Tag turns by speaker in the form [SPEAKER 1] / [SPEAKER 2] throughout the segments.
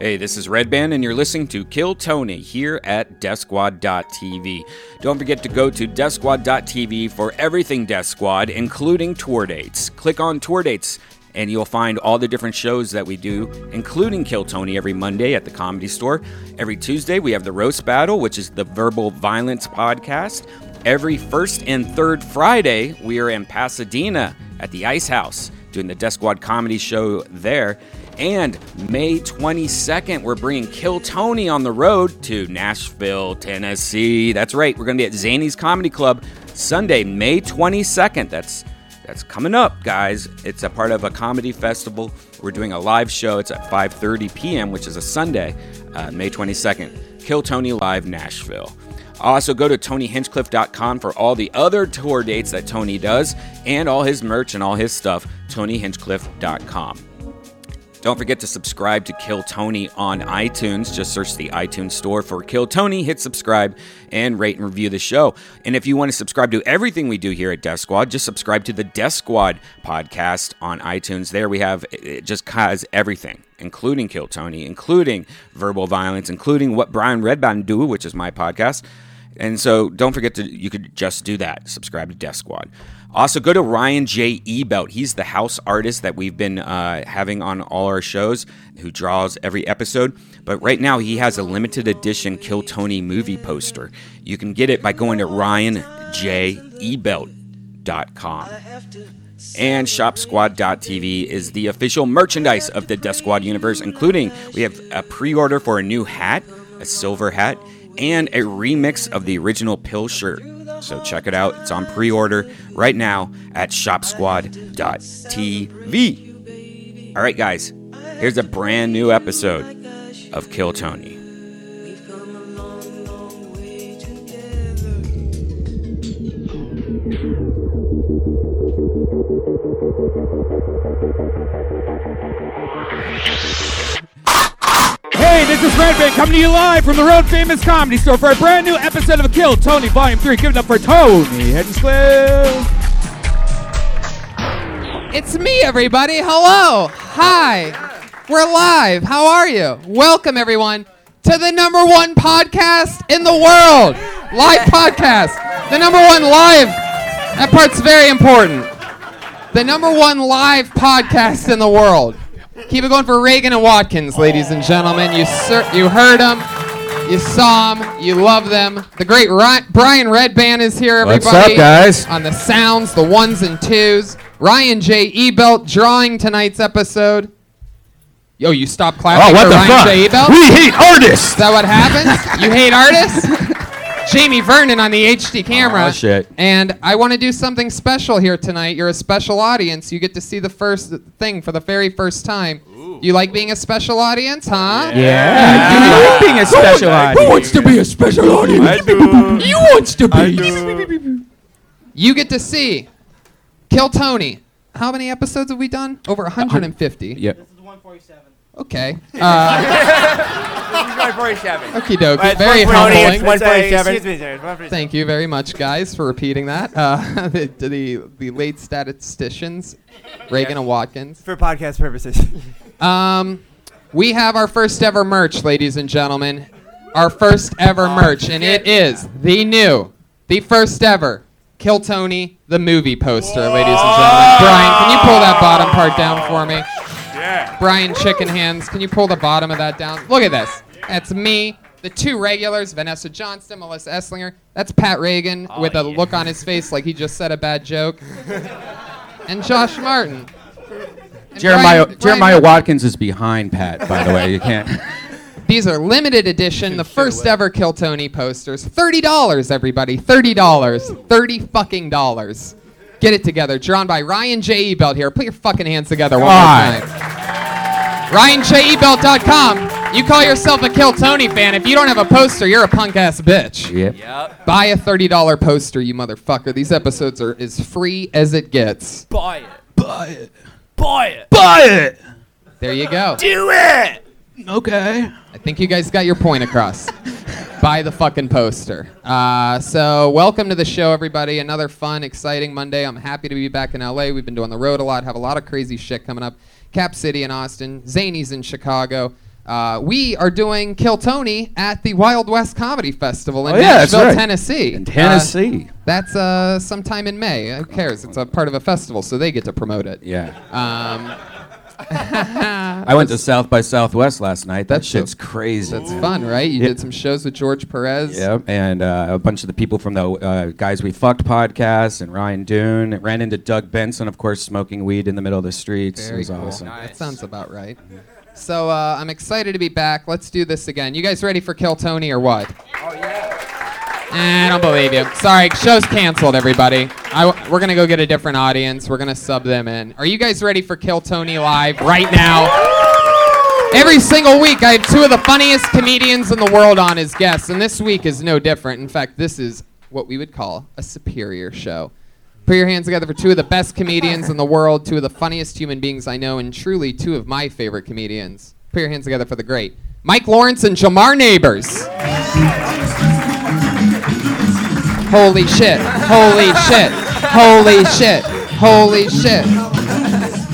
[SPEAKER 1] Hey, this is Red Band, and you're listening to Kill Tony here at DeathSquad.tv. Don't forget to go to DeathSquad.tv for everything Death Squad, including tour dates. Click on tour dates, and you'll find all the different shows that we do, including Kill Tony every Monday at the Comedy Store. Every Tuesday, we have the Roast Battle, which is the Verbal Violence podcast. Every first and third Friday, we are in Pasadena at the Ice House doing the Death Squad comedy show there. And May 22nd, we're bringing Kill Tony on the road to Nashville, Tennessee. That's right, we're going to be at Zany's Comedy Club Sunday, May 22nd. That's that's coming up, guys. It's a part of a comedy festival. We're doing a live show. It's at 5:30 p.m., which is a Sunday, uh, May 22nd. Kill Tony Live Nashville. Also, go to TonyHinchcliffe.com for all the other tour dates that Tony does and all his merch and all his stuff. TonyHinchcliffe.com. Don't forget to subscribe to Kill Tony on iTunes. Just search the iTunes store for Kill Tony, hit subscribe, and rate and review the show. And if you want to subscribe to everything we do here at Death Squad, just subscribe to the Death Squad podcast on iTunes. There we have it it just has everything, including Kill Tony, including verbal violence, including what Brian Redbound do, which is my podcast. And so don't forget to, you could just do that. Subscribe to Death Squad. Also, go to Ryan J. Ebelt. He's the house artist that we've been uh, having on all our shows, who draws every episode. But right now, he has a limited edition Kill Tony movie poster. You can get it by going to ryanjebelt.com. And ShopSquad.tv is the official merchandise of the Death Squad universe, including we have a pre order for a new hat, a silver hat, and a remix of the original Pill shirt. So check it out. It's on pre order right now at ShopSquad.tv. All right, guys, here's a brand new episode of Kill Tony.
[SPEAKER 2] Hey, this is Red Band coming to you live from the Road Famous Comedy Store for a brand new episode of Kill Tony Volume 3. Give it up for Tony Hinchcliffe.
[SPEAKER 3] It's me, everybody. Hello. Hi. We're live. How are you? Welcome, everyone, to the number one podcast in the world. Live podcast. The number one live. That part's very important. The number one live podcast in the world. Keep it going for Reagan and Watkins, ladies and gentlemen. You ser- you heard them. You saw them. You love them. The great Ri- Brian Redband is here,
[SPEAKER 2] What's
[SPEAKER 3] everybody.
[SPEAKER 2] up, guys?
[SPEAKER 3] On the sounds, the ones and twos. Ryan J. Ebelt drawing tonight's episode. Yo, you stop clapping
[SPEAKER 2] Oh, what
[SPEAKER 3] for
[SPEAKER 2] the
[SPEAKER 3] Ryan
[SPEAKER 2] fuck?
[SPEAKER 3] J. Ebelt?
[SPEAKER 2] We hate
[SPEAKER 3] Is
[SPEAKER 2] artists!
[SPEAKER 3] that what happens? you hate artists? Jamie Vernon on the HD camera.
[SPEAKER 2] Aw, Oh, shit.
[SPEAKER 3] And I want to do something special here tonight. You're a special audience. You get to see the first thing for the very first time. You like being a special audience, huh?
[SPEAKER 2] Yeah, you like being a special
[SPEAKER 4] Who
[SPEAKER 2] audience.
[SPEAKER 4] wants to be a special audience?
[SPEAKER 5] I do.
[SPEAKER 4] You wants to be.
[SPEAKER 3] You get to see Kill Tony. How many episodes have we done? Over 150.
[SPEAKER 2] Yeah.
[SPEAKER 3] Okay. Uh, Okie dokie.
[SPEAKER 5] It's
[SPEAKER 3] Very
[SPEAKER 5] 148,
[SPEAKER 3] humbling.
[SPEAKER 5] it's 147.
[SPEAKER 6] Excuse me, sir. it's 147.
[SPEAKER 3] Thank you very much, guys, for repeating that. Uh, the, the, the late statisticians, Reagan and Watkins.
[SPEAKER 6] For podcast purposes.
[SPEAKER 3] Um, we have our first ever merch, ladies and gentlemen. Our first ever
[SPEAKER 6] Oh,
[SPEAKER 3] merch, and it is the new, the first ever Kill Tony the movie poster, ladies and gentlemen. Brian, can you pull that bottom part down for me?
[SPEAKER 5] Yeah.
[SPEAKER 3] Brian Chicken Hands, can you pull the bottom of that down? Look at this. That's me, the two regulars, Vanessa Johnston, Melissa Esslinger. That's Pat Reagan
[SPEAKER 7] Oh,
[SPEAKER 3] with a look on his face like he just said a bad joke. and Josh Martin. And Brian-
[SPEAKER 2] Jeremiah,
[SPEAKER 3] Brian-
[SPEAKER 2] Jeremiah Watkins is behind Pat, by the way. You can't.
[SPEAKER 3] These are limited edition, the first ever Kill Tony posters. Thirty dollars, everybody. Thirty dollars. Thirty fucking dollars. Get it together. Drawn by Ryan J. Ebelt here. Put your fucking hands together one more
[SPEAKER 2] Why?
[SPEAKER 3] time. RyanJEbelt.com. You call yourself a Kill Tony fan. If you don't have a poster, you're a punk ass bitch.
[SPEAKER 2] Yep.
[SPEAKER 3] Buy a $30 poster, you motherfucker. These episodes are as free as it gets.
[SPEAKER 4] Buy it.
[SPEAKER 2] Buy it!
[SPEAKER 3] There you go.
[SPEAKER 4] Okay.
[SPEAKER 3] I think you guys got your point across. Buy the fucking poster. Uh, so, welcome to the show, everybody. Another fun, exciting Monday. I'm happy to be back in LA. We've been doing the road a lot, have a lot of crazy shit coming up. Cap City in Austin, Zanies in Chicago. Uh, we are doing Kill Tony at the Wild West Comedy Festival in
[SPEAKER 6] Oh, yeah, that's
[SPEAKER 3] Nashville,
[SPEAKER 6] right.
[SPEAKER 3] Tennessee.
[SPEAKER 6] In Tennessee.
[SPEAKER 3] Uh, that's uh, sometime in May. Who cares? It's a part of a festival, so they get to promote it.
[SPEAKER 6] Yeah.
[SPEAKER 3] Um,
[SPEAKER 6] I went to South by Southwest last night. That shit's crazy.
[SPEAKER 3] That's fun, right? You did some shows with George Perez.
[SPEAKER 6] Yep, and uh, a bunch of the people from the uh, Guys We Fucked podcast and Ryan Dune. Ran into Doug Benson, of course, smoking weed in the middle of the streets. it
[SPEAKER 3] Very
[SPEAKER 6] was
[SPEAKER 3] cool.
[SPEAKER 6] awesome.
[SPEAKER 3] That sounds about right. So uh, I'm excited to be back. Let's do this again. You guys ready for Kill Tony or what? Oh yeah. I don't believe you. Sorry, show's canceled, everybody. I w- we're gonna go get a different audience. We're gonna sub them in. Are you guys ready for Kill Tony live right now? Every single week, I have two of the funniest comedians in the world on as guests, and this week is no different. In fact, this is what we would call a superior show. Put your hands together for two of the best comedians in the world, two of the funniest human beings I know, and truly two of my favorite comedians. Put your hands together for the great Mike Lawrence and Jamar Neighbors. Holy shit. Holy shit. Holy shit. Holy shit.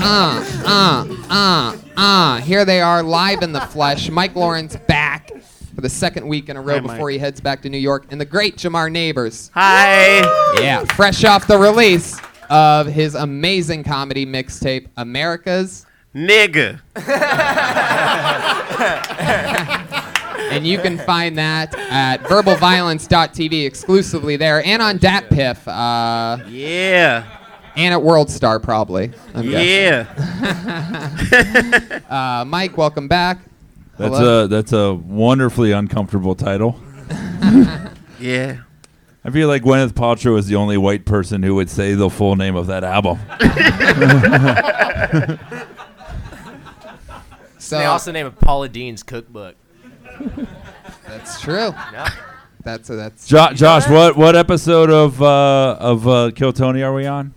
[SPEAKER 3] Uh, uh, uh, uh. Here they are live in the flesh. Mike Lawrence back for the second week in a row
[SPEAKER 7] Hi, Mike.
[SPEAKER 3] before he heads back to New York. And the great Jamar Neighbors.
[SPEAKER 7] Hi.
[SPEAKER 3] Yeah, fresh off the release of his amazing comedy mixtape, America's Nigga. and you can find that at verbalviolence.tv exclusively there and on DatPiff. Uh, yeah. And at World Star, probably. I'm guessing. uh, Mike, welcome back.
[SPEAKER 8] That's uh,
[SPEAKER 3] Hello.
[SPEAKER 8] a that's a wonderfully uncomfortable title.
[SPEAKER 7] Uh, Yeah.
[SPEAKER 8] I feel like Gwyneth Paltrow is the only white person who would say the full name of that album.
[SPEAKER 3] So-
[SPEAKER 9] they also name of Paula Dean's cookbook.
[SPEAKER 3] That's true.
[SPEAKER 9] Yeah.
[SPEAKER 3] That's a, that's
[SPEAKER 8] jo- Josh, what what episode of uh, of uh, Kill Tony are we on?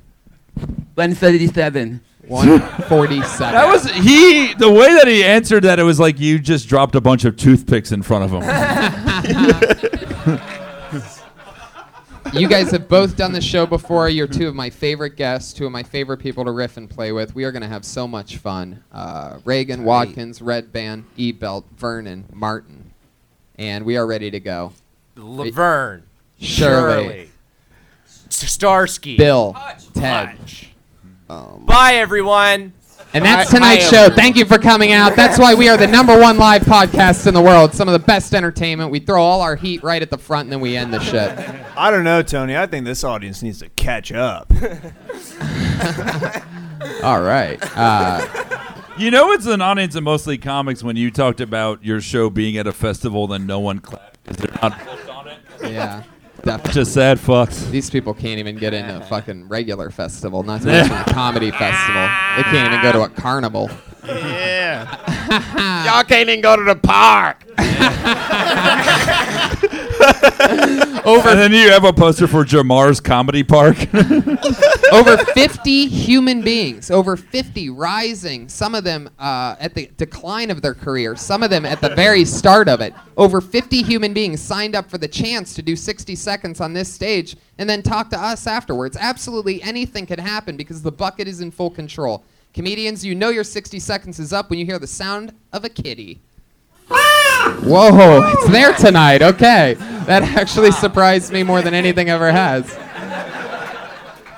[SPEAKER 10] 137.
[SPEAKER 3] 147.
[SPEAKER 8] That was he. The way that he answered that, it was like you just dropped a bunch of toothpicks in front of him.
[SPEAKER 3] you guys have both done the show before. You're two of my favorite guests, two of my favorite people to riff and play with. We are going to have so much fun. Uh, Reagan, Watkins, Red Band, E Belt, Vernon, Martin. And we are ready to go.
[SPEAKER 9] Laverne.
[SPEAKER 3] Shirley.
[SPEAKER 9] Starsky. Um,
[SPEAKER 3] Bill, Ted.
[SPEAKER 9] Bye, everyone.
[SPEAKER 3] And that's
[SPEAKER 9] Bye-
[SPEAKER 3] tonight's
[SPEAKER 9] bye,
[SPEAKER 3] show.
[SPEAKER 9] everyone.
[SPEAKER 3] Thank you for coming out. That's why we are the number one live podcast in the world. Some of the best entertainment. We throw all our heat right at the front and then we end the shit.
[SPEAKER 11] I don't know, Tony. I think this audience needs to catch up.
[SPEAKER 3] All right. Uh,
[SPEAKER 8] you know, it's an audience of mostly comics when you talked about your show being at a festival, then no one clapped because they're not booked on it.
[SPEAKER 3] Yeah.
[SPEAKER 8] Just sad fucks.
[SPEAKER 3] These people can't even get into a fucking regular festival, not to mention a comedy festival. They can't even go to a carnival.
[SPEAKER 7] Yeah. Y'all can't even go to the park.
[SPEAKER 3] Over.
[SPEAKER 8] And then you have a poster for Jamar's Comedy Park.
[SPEAKER 3] over 50 human beings, over 50 rising, some of them uh, at the decline of their career, some of them at the very start of it. Over 50 human beings signed up for the chance to do 60 seconds on this stage and then talk to us afterwards. Absolutely anything could happen because the bucket is in full control. Comedians, you know your 60 seconds is up when you hear the sound of a kitty. Whoa, it's there tonight. Okay. That actually surprised me more than anything ever has.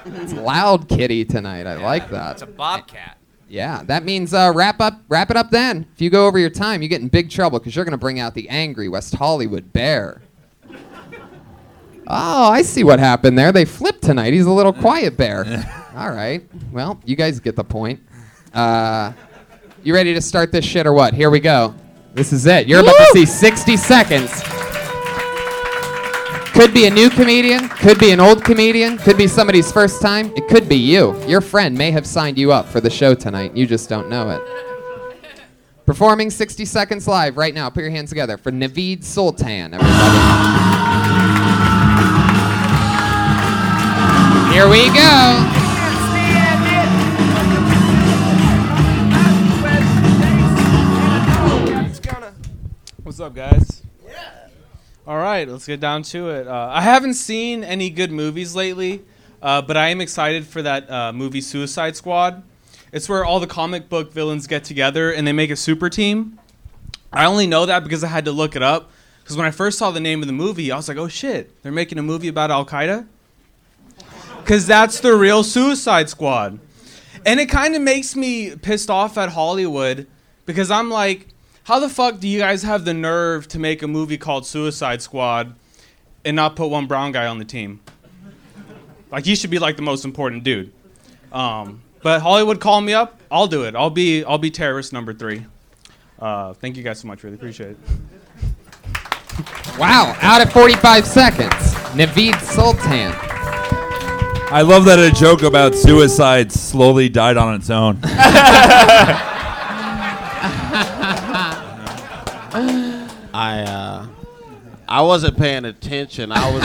[SPEAKER 3] It's loud kitty tonight. I like that.
[SPEAKER 9] It's a bobcat.
[SPEAKER 3] Yeah, that means uh, wrap up, wrap it up. Then, if you go over your time, you get in big trouble because you're going to bring out the angry West Hollywood bear. Oh, I see what happened there. They flipped tonight. He's a little quiet bear. All right. Well, you guys get the point. Uh, you ready to start this shit or what? Here we go. This is it. You're about to see 60 seconds. Could be a new comedian, could be an old comedian, could be somebody's first time. It could be you. Your friend may have signed you up for the show tonight. You just don't know it. Performing 60 Seconds Live right now. Put your hands together for Naveed Sultan, everybody. Here we go.
[SPEAKER 12] What's up, guys? All right, let's get down to it. Uh, I haven't seen any good movies lately, uh, but I am excited for that uh, movie Suicide Squad. It's where all the comic book villains get together and they make a super team.
[SPEAKER 5] I only know that because I had to look it up. Because when I first saw the name of the movie, I was like, oh shit, they're making a movie about Al Qaeda? Because that's the real Suicide Squad. And it kind of makes me pissed off at Hollywood because I'm like, how the fuck do you guys have the nerve to make a movie called Suicide Squad and not put one brown guy on the team? Like, he should be like the most important dude. Um, but Hollywood, call me up. I'll do it. I'll be I'll be terrorist number three. Uh, thank you guys so much. Really appreciate it.
[SPEAKER 3] Wow, out at 45 seconds. Naveed Sultan.
[SPEAKER 8] I love that a joke about suicide slowly died on its own.
[SPEAKER 13] I uh, I wasn't paying attention. I was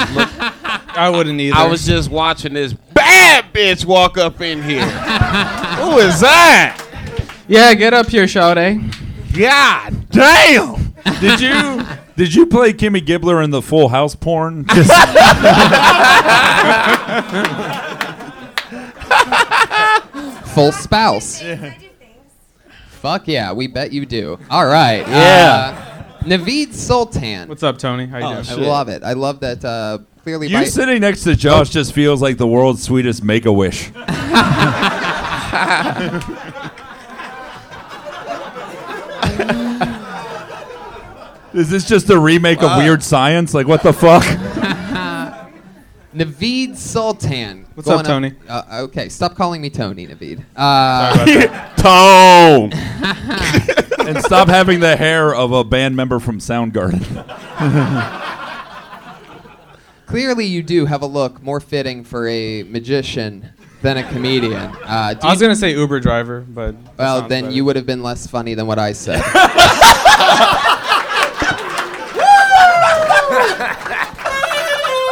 [SPEAKER 13] look-
[SPEAKER 5] I wouldn't either.
[SPEAKER 13] I was just watching this bad bitch walk up in here. Who is that?
[SPEAKER 5] Yeah, get up here, Sade.
[SPEAKER 13] God damn!
[SPEAKER 8] Did you did you play Kimmy Gibbler in the Full House porn?
[SPEAKER 3] Full spouse. Fuck yeah, we bet you do. All right.
[SPEAKER 5] Yeah. Oh,
[SPEAKER 3] Uh, Naveed Sultan. Oh,
[SPEAKER 5] What's up, Tony? How you doing?
[SPEAKER 3] I love it. I love that. Uh, clearly,
[SPEAKER 8] you
[SPEAKER 3] by-
[SPEAKER 8] sitting next to Josh just feels like the world's sweetest make a wish. Is this just a remake of
[SPEAKER 3] Wow.
[SPEAKER 8] Weird Science? Like what the fuck?
[SPEAKER 3] Naveed Sultan.
[SPEAKER 8] What's up,
[SPEAKER 3] Going uh, okay, stop calling me Tony, Naveed. Uh,
[SPEAKER 8] Tone. and stop having the hair of a band member from Soundgarden.
[SPEAKER 3] Clearly, you do have a look more fitting for a magician than a comedian. Uh, do
[SPEAKER 5] I was
[SPEAKER 3] you-
[SPEAKER 5] gonna say Uber driver, but that
[SPEAKER 3] Well,
[SPEAKER 5] sounds
[SPEAKER 3] then
[SPEAKER 5] better.
[SPEAKER 3] you would have been less funny than what I said.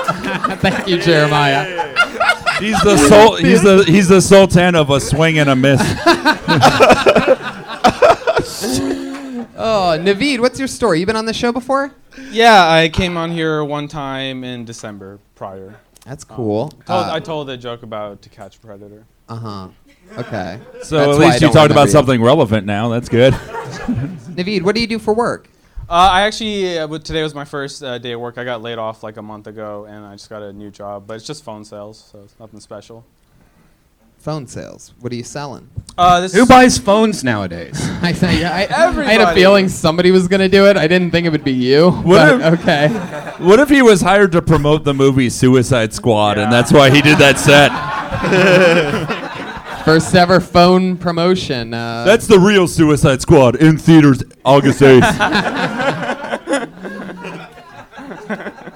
[SPEAKER 3] Thank you, Jeremiah.
[SPEAKER 8] he's the sol- he's the he's the sultan of a swing and a miss.
[SPEAKER 3] Oh, Naveed, what's your story? You been on the show before?
[SPEAKER 5] Yeah, I came on here one time in December prior. Um,
[SPEAKER 3] That's cool.
[SPEAKER 5] Told-
[SPEAKER 3] Uh,
[SPEAKER 5] I told a joke about to catch a predator.
[SPEAKER 3] Uh huh. Okay.
[SPEAKER 8] So at
[SPEAKER 3] That's why I
[SPEAKER 8] least you
[SPEAKER 3] don't
[SPEAKER 8] talked about
[SPEAKER 3] remember
[SPEAKER 8] something relevant now. That's good.
[SPEAKER 3] Naveed, what do you do for work?
[SPEAKER 5] Uh, I actually uh, but today was my first uh, day of work. I got laid off like a month ago, and I just got a new job. But it's just phone sales, so it's nothing special.
[SPEAKER 3] Phone sales. What are you selling?
[SPEAKER 5] Uh, this
[SPEAKER 6] Who buys phones nowadays?
[SPEAKER 3] I, say, yeah, I, I had a
[SPEAKER 5] Everybody.
[SPEAKER 3] feeling somebody was gonna do it. I didn't think it would be you.
[SPEAKER 8] What
[SPEAKER 3] but okay.
[SPEAKER 8] What if he was hired to promote the movie Suicide Squad, and that's why he did that set?
[SPEAKER 3] First ever phone promotion. Uh,
[SPEAKER 8] that's the real Suicide Squad in theaters August 8th.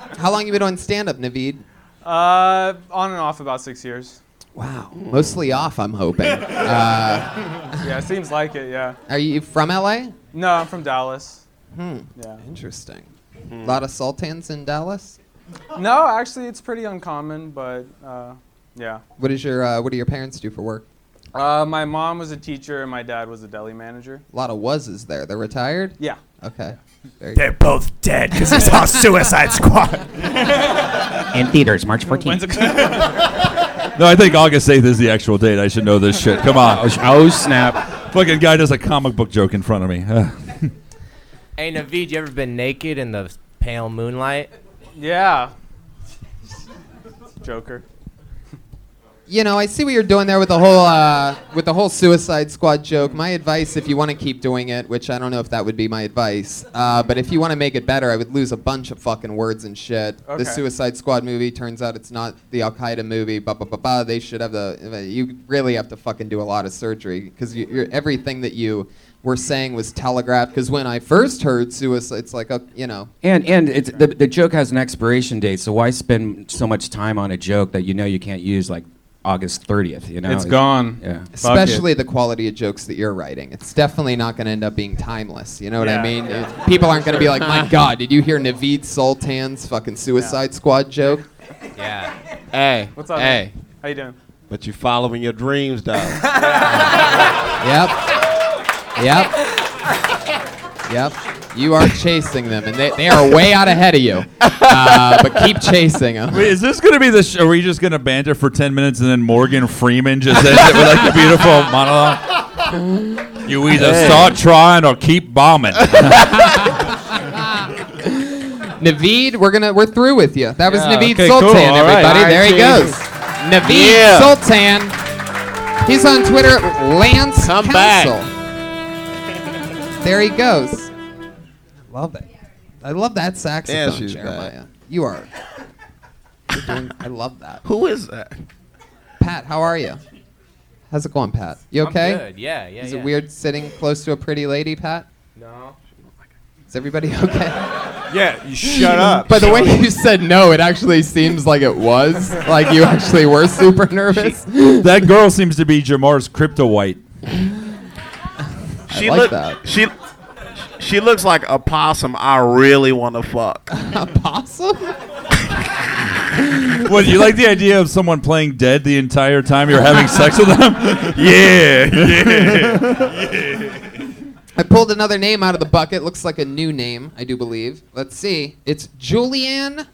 [SPEAKER 3] How long you been on stand up, Naveed?
[SPEAKER 5] Uh, on and off about six years.
[SPEAKER 3] Wow. Mostly off, I'm hoping. Uh,
[SPEAKER 5] yeah, seems like it. Yeah.
[SPEAKER 3] are you from LA?
[SPEAKER 5] No, I'm from Dallas.
[SPEAKER 3] Hmm.
[SPEAKER 5] Yeah.
[SPEAKER 3] Interesting. A lot of sultans in Dallas.
[SPEAKER 5] No, actually, it's pretty uncommon, but uh, yeah.
[SPEAKER 3] What is your uh, What do your parents do for work?
[SPEAKER 5] Uh, my mom was a teacher, and my dad was a deli manager.
[SPEAKER 3] A lot of wases there. They're retired.
[SPEAKER 5] Yeah.
[SPEAKER 3] Okay.
[SPEAKER 5] They're both dead 'cause we saw Suicide Squad.
[SPEAKER 6] In theaters, March 14th.
[SPEAKER 8] no, I think August 8th is the actual date. I should know this shit. Come on. Oh, snap. Fucking guy does a comic book joke in front of me. Ugh.
[SPEAKER 9] Hey Naveed, you ever been naked in the pale moonlight?
[SPEAKER 5] Yeah. Joker.
[SPEAKER 3] You know, I see what you're doing there with the whole uh, with the whole Suicide Squad joke. My advice, if you want to keep doing it, which I don't know if that would be my advice, uh, but if you want to make it better, I would lose a bunch of fucking words and shit.
[SPEAKER 14] Okay.
[SPEAKER 3] The Suicide Squad movie turns out it's not the Al Qaeda movie. Ba ba ba ba. They should have the. uh, You really have to fucking do a lot of surgery because you, you're, everything that you were saying was telegraphed. Because when I first heard Suicide, it's like, uh, you know,
[SPEAKER 6] And and it's, the the joke has an expiration date, so why spend so much time on a joke that you know you can't use like August thirtieth? You know,
[SPEAKER 5] It's gone.
[SPEAKER 6] Yeah,
[SPEAKER 5] Fuck it.
[SPEAKER 3] especially the quality of jokes that you're writing. It's definitely not going to end up being timeless. You know what I
[SPEAKER 6] Yeah,
[SPEAKER 3] mean?
[SPEAKER 6] yeah.
[SPEAKER 3] It- People aren't going to be
[SPEAKER 6] Sure.
[SPEAKER 3] like, my God, did you hear Naveed Sultan's fucking Suicide Squad joke?
[SPEAKER 13] Yeah. Hey.
[SPEAKER 5] What's up,
[SPEAKER 13] Hey.
[SPEAKER 5] man? How you doing?
[SPEAKER 13] But you following your dreams, though.
[SPEAKER 3] yep. Yep. Yep. You are chasing them, and they, they are way out ahead of you. Uh, but keep chasing them.
[SPEAKER 8] Wait, is this going to be the sh- Are we just going to banter for 10 minutes and then Morgan Freeman just ends it with like the beautiful monologue? You either
[SPEAKER 3] Hey.
[SPEAKER 8] start trying or keep bombing.
[SPEAKER 3] Naveed, we're gonna we're through with you. That was
[SPEAKER 8] Yeah,
[SPEAKER 3] Naveed
[SPEAKER 8] okay, cool,
[SPEAKER 3] Sultan,
[SPEAKER 8] all right.
[SPEAKER 3] everybody.
[SPEAKER 8] All
[SPEAKER 3] there
[SPEAKER 8] right,
[SPEAKER 3] he goes.
[SPEAKER 8] Jesus.
[SPEAKER 3] Naveed
[SPEAKER 8] Yeah.
[SPEAKER 3] Sultan. He's on Twitter, Lance Come
[SPEAKER 7] back.
[SPEAKER 3] There he goes. Love it. I love that saxophone,
[SPEAKER 7] Yeah, she's back.
[SPEAKER 3] Jeremiah. You are. you're doing- I love that.
[SPEAKER 7] Who is that?
[SPEAKER 3] Pat, how are you? How's it going, Pat? You
[SPEAKER 9] I'm
[SPEAKER 3] okay?
[SPEAKER 9] good, yeah, yeah,
[SPEAKER 3] Is
[SPEAKER 9] yeah.
[SPEAKER 3] it weird sitting close to a pretty lady, Pat?
[SPEAKER 9] No.
[SPEAKER 3] Is everybody okay?
[SPEAKER 11] Yeah, you shut up.
[SPEAKER 3] By the way you said no, it actually seems like it was. Like you actually were super nervous.
[SPEAKER 8] that girl seems to be Jamar's cryptowite.
[SPEAKER 7] She
[SPEAKER 3] like
[SPEAKER 7] look-
[SPEAKER 3] that.
[SPEAKER 7] She she looks like a possum. I really want to fuck.
[SPEAKER 3] A possum?
[SPEAKER 8] What, you like the idea of someone playing dead the entire time you're having sex with them? yeah,
[SPEAKER 3] I pulled another name out of the bucket. Looks like a new name, I do believe. Let's see. It's Julian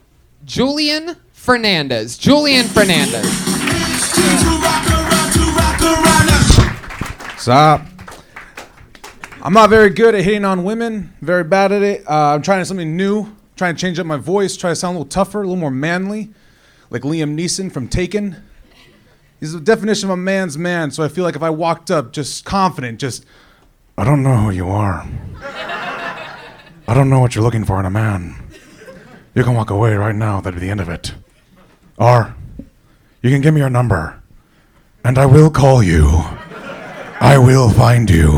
[SPEAKER 3] Julian Fernandez. Julian Fernandez.
[SPEAKER 11] Stop. I'm not very good at hitting on women. Very bad at it. Uh, I'm trying something new. Trying to change up my voice. Try to sound a little tougher, a little more manly, like Liam Neeson from Taken. He's the definition of a man's man. So I feel like if I walked up just confident, just I don't know who you are. I don't know what you're looking for in a man. You can walk away right now. That'd be the end of it. Or you can give me your number, and I will call you. I will find you.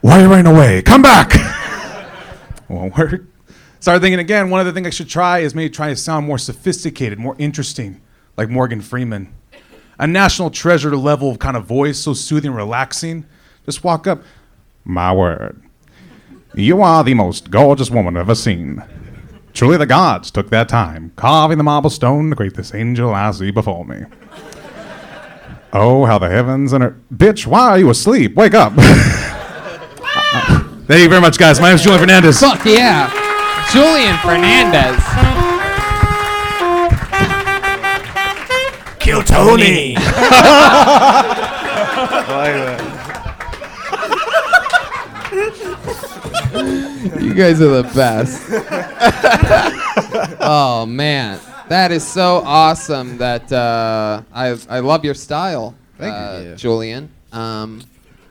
[SPEAKER 11] Why are you running away? Come back! Won't work. Started thinking again. One other thing I should try is maybe try to sound more sophisticated, more interesting, like Morgan Freeman. A national treasure level kind of voice, so soothing and relaxing. Just walk up. My word. You are the most gorgeous woman I've ever seen. Truly the gods took their time, carving the marble stone to create this angel I see before me. Oh, how the heavens and earth. Bitch, why are you asleep? Wake up. Thank you very much, guys. My name is Julian Fernandez.
[SPEAKER 3] Fuck yeah. Julian Fernandez.
[SPEAKER 5] Kill Tony.
[SPEAKER 3] You guys are the best. oh man, that is so awesome. That uh, I I love your style,
[SPEAKER 9] Thank you.
[SPEAKER 3] uh,
[SPEAKER 9] Yeah.
[SPEAKER 3] Julian. Um,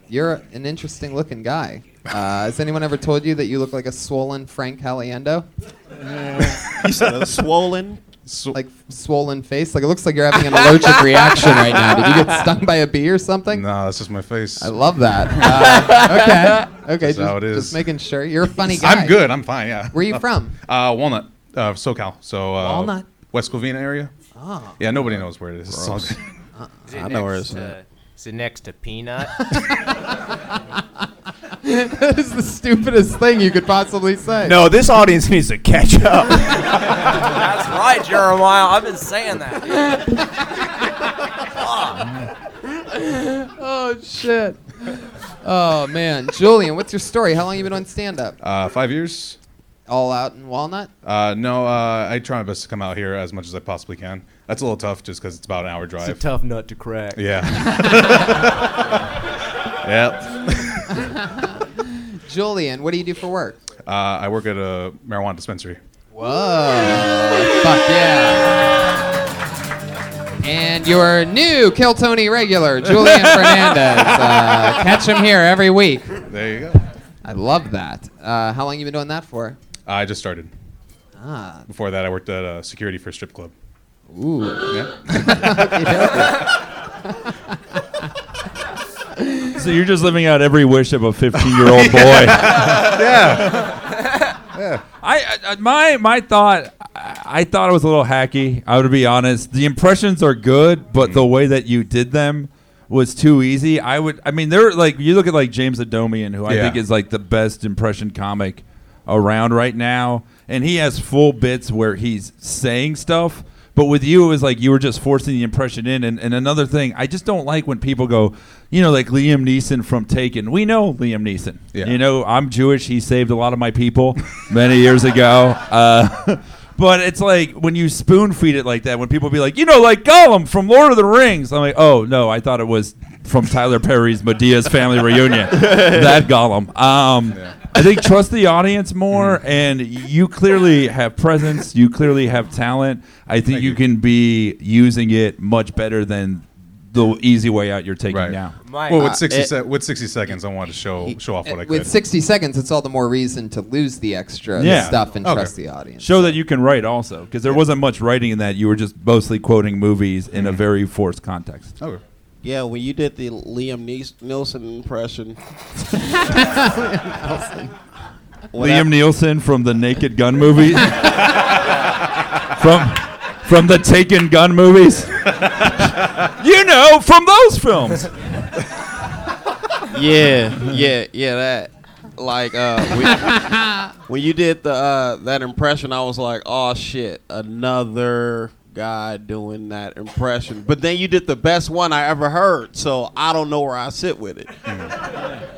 [SPEAKER 3] you're an interesting looking guy. Uh, has anyone ever told you that you look like a swollen Frank Caliendo?
[SPEAKER 7] You said a swollen.
[SPEAKER 3] like swollen face. Like it looks like you're having an allergic reaction right now. Did you get stung by a bee or something?
[SPEAKER 11] No, that's just my face.
[SPEAKER 3] I love that. Uh, okay, okay,
[SPEAKER 11] That's
[SPEAKER 3] just,
[SPEAKER 11] how it is.
[SPEAKER 3] just making sure you're a funny guy.
[SPEAKER 11] I'm good. I'm fine, yeah.
[SPEAKER 3] Where you from?
[SPEAKER 11] Uh, Walnut, uh, SoCal. So, uh,
[SPEAKER 3] Walnut.
[SPEAKER 11] West Covina area.
[SPEAKER 3] Ah. Uh-uh.
[SPEAKER 11] Yeah, nobody knows where it is. It's all
[SPEAKER 9] Gross.
[SPEAKER 11] good.
[SPEAKER 9] Is it
[SPEAKER 11] Uh-uh. I know where
[SPEAKER 9] next
[SPEAKER 11] it's
[SPEAKER 9] to- Is it next to Peanut?
[SPEAKER 3] that is the stupidest thing you could possibly say.
[SPEAKER 11] No, this audience needs to catch up.
[SPEAKER 9] That's right, Jeremiah. I've been saying that.
[SPEAKER 3] oh shit. Oh man, Julian, what's your story? How long you been on stand up?
[SPEAKER 11] Uh, five years.
[SPEAKER 3] All out in Walnut?
[SPEAKER 11] Uh, no, uh, I try my best to come out here as much as I possibly can. That's a little tough just because it's about an hour drive.
[SPEAKER 9] It's a tough nut to crack.
[SPEAKER 11] Yeah. yep.
[SPEAKER 3] Julian, what do you do for work?
[SPEAKER 11] Uh, I work at a marijuana dispensary.
[SPEAKER 3] Whoa. Fuck yeah. And your new Kill Tony regular, Julian Fernandez. Uh, catch him here every week.
[SPEAKER 11] There you go.
[SPEAKER 3] I love that. Uh, how long you been doing that for?
[SPEAKER 11] I just started.
[SPEAKER 3] Ah.
[SPEAKER 11] Before that, I worked at uh, security for a strip club.
[SPEAKER 3] Ooh.
[SPEAKER 8] So you're just living out every wish of a 15 year old boy.
[SPEAKER 11] Yeah.
[SPEAKER 8] I, I my my thought I, I thought it was a little hacky. I would be honest. The impressions are good, but the way that you did them was too easy. I would I mean they're like you look at like James Adomian, who I
[SPEAKER 11] Yeah.
[SPEAKER 8] think is like the best impression comic around right now, and he has full bits where he's saying stuff. But with you, it was like you were just forcing the impression in. And, and another thing, I just don't like when people go, you know, like Liam Neeson from Taken. We know Liam Neeson.
[SPEAKER 11] Yeah.
[SPEAKER 8] You know, I'm Jewish. He saved a lot of my people many years ago. Uh, but it's like when you spoon feed it like that, when people be like, you know, like Gollum from Lord of the Rings. I'm like, oh, no, I thought it was from Tyler Perry's Medea's Family Reunion. that Gollum. Um, I think trust the audience more, and you clearly have presence. You clearly have talent. I think you, can be using it much better than the easy way out you're taking now.
[SPEAKER 11] well,
[SPEAKER 3] uh,
[SPEAKER 11] with 60, sec with 60 seconds, I wanted to show show off what I could.
[SPEAKER 3] With 60 seconds, it's all the more reason to lose the extra stuff and
[SPEAKER 8] Okay.
[SPEAKER 3] trust the audience.
[SPEAKER 8] Show that you can write also, because there wasn't much writing in that. You were just mostly quoting movies in a very forced context.
[SPEAKER 11] Okay.
[SPEAKER 13] Oh. Yeah, when you did the Liam Nees- Nielsen impression. When I-
[SPEAKER 8] Liam Nielsen from the Naked Gun movie, from from the Taken Gun movies. you know, from those films.
[SPEAKER 13] yeah, yeah, yeah. That like uh, when, when you did the uh, that impression, I was like, oh shit, another guy doing that impression. But then you did the best one I ever heard, so I don't know where I sit with it.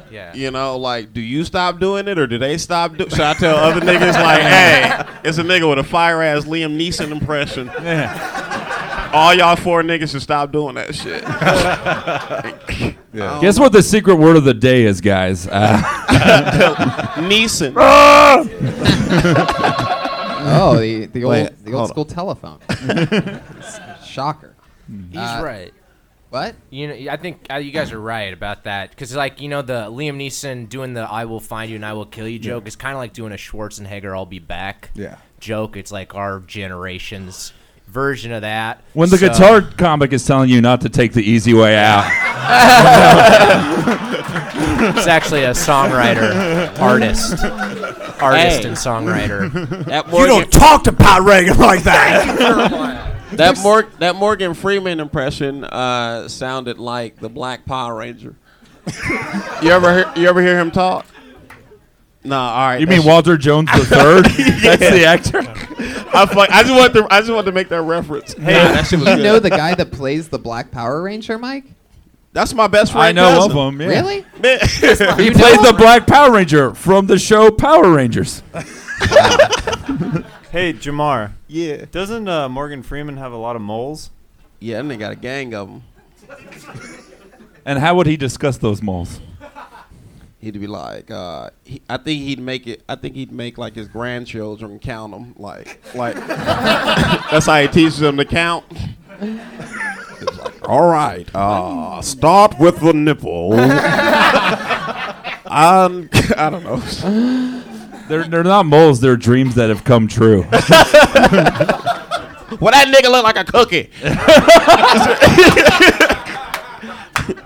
[SPEAKER 9] Yeah.
[SPEAKER 13] You know, like, do you stop doing it or do they stop? Do- Should I tell other niggas like, hey, it's a nigga with a fire ass Liam Neeson impression? All y'all four niggas should stop doing that shit. I don't
[SPEAKER 8] Guess what the secret word of the day is, guys? Uh,
[SPEAKER 13] Neeson. Ah!
[SPEAKER 3] oh, the, the old,
[SPEAKER 13] Wait,
[SPEAKER 3] the old school
[SPEAKER 13] hold on.
[SPEAKER 3] telephone. It's a Shocker.
[SPEAKER 9] He's
[SPEAKER 3] Uh,
[SPEAKER 9] right.
[SPEAKER 3] What?
[SPEAKER 9] You know, I think uh, you guys are right about that because, like, you know, the Liam Neeson doing the "I will find you and I will kill you" joke is kind of like doing a Schwarzenegger "I'll be back"
[SPEAKER 11] Yeah.
[SPEAKER 9] joke. It's like our generation's version of that.
[SPEAKER 8] when the
[SPEAKER 9] So-
[SPEAKER 8] guitar comic is telling you not to take the easy way out.
[SPEAKER 9] it's actually a songwriter, artist, artist, and songwriter.
[SPEAKER 13] That
[SPEAKER 9] You don't
[SPEAKER 13] talk to Pat Reagan like
[SPEAKER 9] that.
[SPEAKER 13] that Mor- that Morgan Freeman impression uh, sounded like the Black Power Ranger. you ever hear, you ever hear him talk? Nah, all right.
[SPEAKER 8] You
[SPEAKER 13] that's-
[SPEAKER 8] mean Walter Jones the Third? That's the actor.
[SPEAKER 13] I, fuck, I just want to I just want to make that reference. Hey, that shit
[SPEAKER 3] you
[SPEAKER 13] was good.
[SPEAKER 3] know the guy that plays the Black Power Ranger, Mike?
[SPEAKER 13] That's my best
[SPEAKER 8] I friend know of cousin. him, yeah.
[SPEAKER 3] Really?
[SPEAKER 8] He plays the Black Power Ranger from the show Power Rangers.
[SPEAKER 15] Hey, Jamar.
[SPEAKER 13] Yeah.
[SPEAKER 15] Doesn't uh, Morgan Freeman have a lot of moles?
[SPEAKER 13] Yeah, and they got a gang of them.
[SPEAKER 8] And how would he discuss those moles?
[SPEAKER 13] He'd be like, uh, he, I think he'd make it. I think he'd make like his grandchildren count them. Like, like that's how he teaches them to count. It's like, All right, uh, start with the nipple. I'm, I don't know.
[SPEAKER 8] They're, they're not moles. They're dreams that have come true.
[SPEAKER 13] Well, that nigga look like a cookie.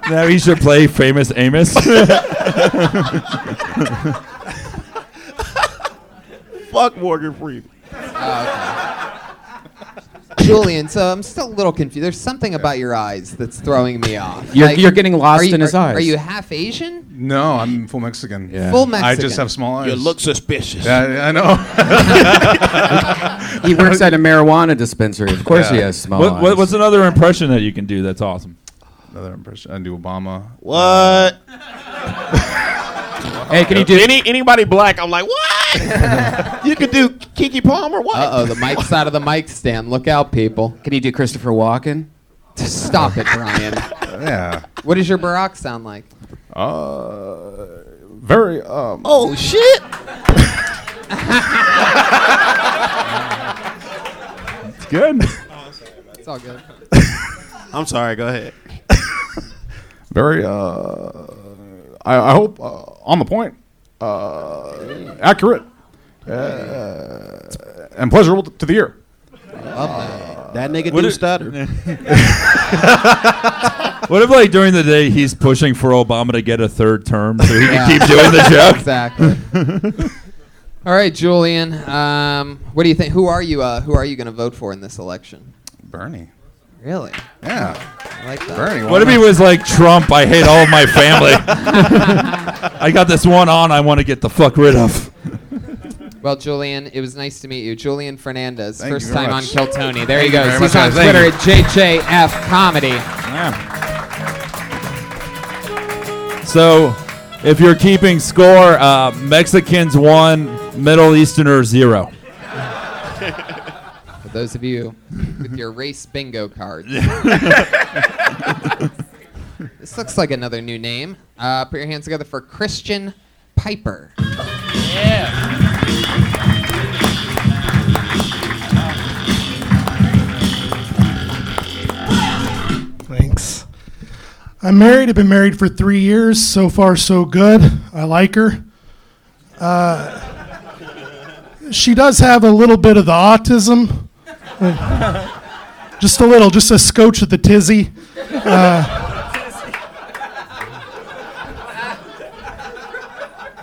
[SPEAKER 8] now he should play famous Amos.
[SPEAKER 13] Fuck Morgan Freeman.
[SPEAKER 3] Oh, Julian, so I'm still a little confused. There's something about your eyes that's throwing me off.
[SPEAKER 11] You're- you're getting lost
[SPEAKER 3] are you-
[SPEAKER 11] in his
[SPEAKER 3] are-
[SPEAKER 11] eyes.
[SPEAKER 3] Are you half Asian?
[SPEAKER 11] No, I'm full Mexican.
[SPEAKER 3] Full
[SPEAKER 11] I
[SPEAKER 3] Mexican.
[SPEAKER 11] just have small eyes.
[SPEAKER 3] You look
[SPEAKER 13] suspicious.
[SPEAKER 11] Yeah, I I know.
[SPEAKER 6] He works at a marijuana dispensary. Of course, he
[SPEAKER 11] Yeah.
[SPEAKER 6] has small
[SPEAKER 8] What- what-
[SPEAKER 6] eyes.
[SPEAKER 8] what's another impression that you can do that's awesome?
[SPEAKER 11] Another impression. I do Obama.
[SPEAKER 13] What?
[SPEAKER 11] Hey, can you do-
[SPEAKER 13] any anybody black? I'm like, what? you could do Kiki Palmer. What?
[SPEAKER 3] Uh oh, the mic's out of the mic stand. Look out, people. Can you do Christopher Walken? Stop it, Brian.
[SPEAKER 11] yeah.
[SPEAKER 3] What does your Barack sound like?
[SPEAKER 11] Uh, very. Um,
[SPEAKER 13] Oh shit!
[SPEAKER 11] it's good.
[SPEAKER 3] It's all good.
[SPEAKER 13] I'm sorry. Go ahead.
[SPEAKER 11] very. Uh, I, I hope uh, on the point, uh, accurate, uh, and pleasurable to the ear.
[SPEAKER 13] that nigga
[SPEAKER 11] What
[SPEAKER 13] do
[SPEAKER 11] if-
[SPEAKER 13] stutter.
[SPEAKER 8] What if, like, during the day he's pushing for Obama to get a third term so he
[SPEAKER 3] Yeah.
[SPEAKER 8] can keep doing the joke?
[SPEAKER 3] Exactly. All right, Julian. Um, what do you think? Who are you? Uh, who are you going to vote for in this election?
[SPEAKER 11] Bernie.
[SPEAKER 3] Really?
[SPEAKER 11] Yeah.
[SPEAKER 3] I like that.
[SPEAKER 11] Bernie.
[SPEAKER 8] What if he was like Trump? I hate all of my family. I got this one on I want to get the fuck rid of.
[SPEAKER 3] Well, Julian, it was nice to meet you. Julian Fernandez,
[SPEAKER 11] Thank
[SPEAKER 3] first
[SPEAKER 11] you very
[SPEAKER 3] time
[SPEAKER 11] much.
[SPEAKER 3] on Kill Tony. There
[SPEAKER 11] Thank
[SPEAKER 3] he
[SPEAKER 11] you very
[SPEAKER 3] goes. He's
[SPEAKER 11] much,
[SPEAKER 3] on
[SPEAKER 11] guys. Thank
[SPEAKER 3] Twitter at
[SPEAKER 11] you.
[SPEAKER 3] JJF Comedy.
[SPEAKER 8] So, if you're keeping score, uh, Mexicans one, Middle Easterners zero.
[SPEAKER 3] For those of you with your race bingo cards. This looks like another new name. Uh, put your hands together for Christian Piper.
[SPEAKER 16] Thanks. I'm married. I've been married for three years. So far, so good. I like her. Uh, she does have a little bit of the autism. Uh, just a little, just a scotch of the tizzy. Uh,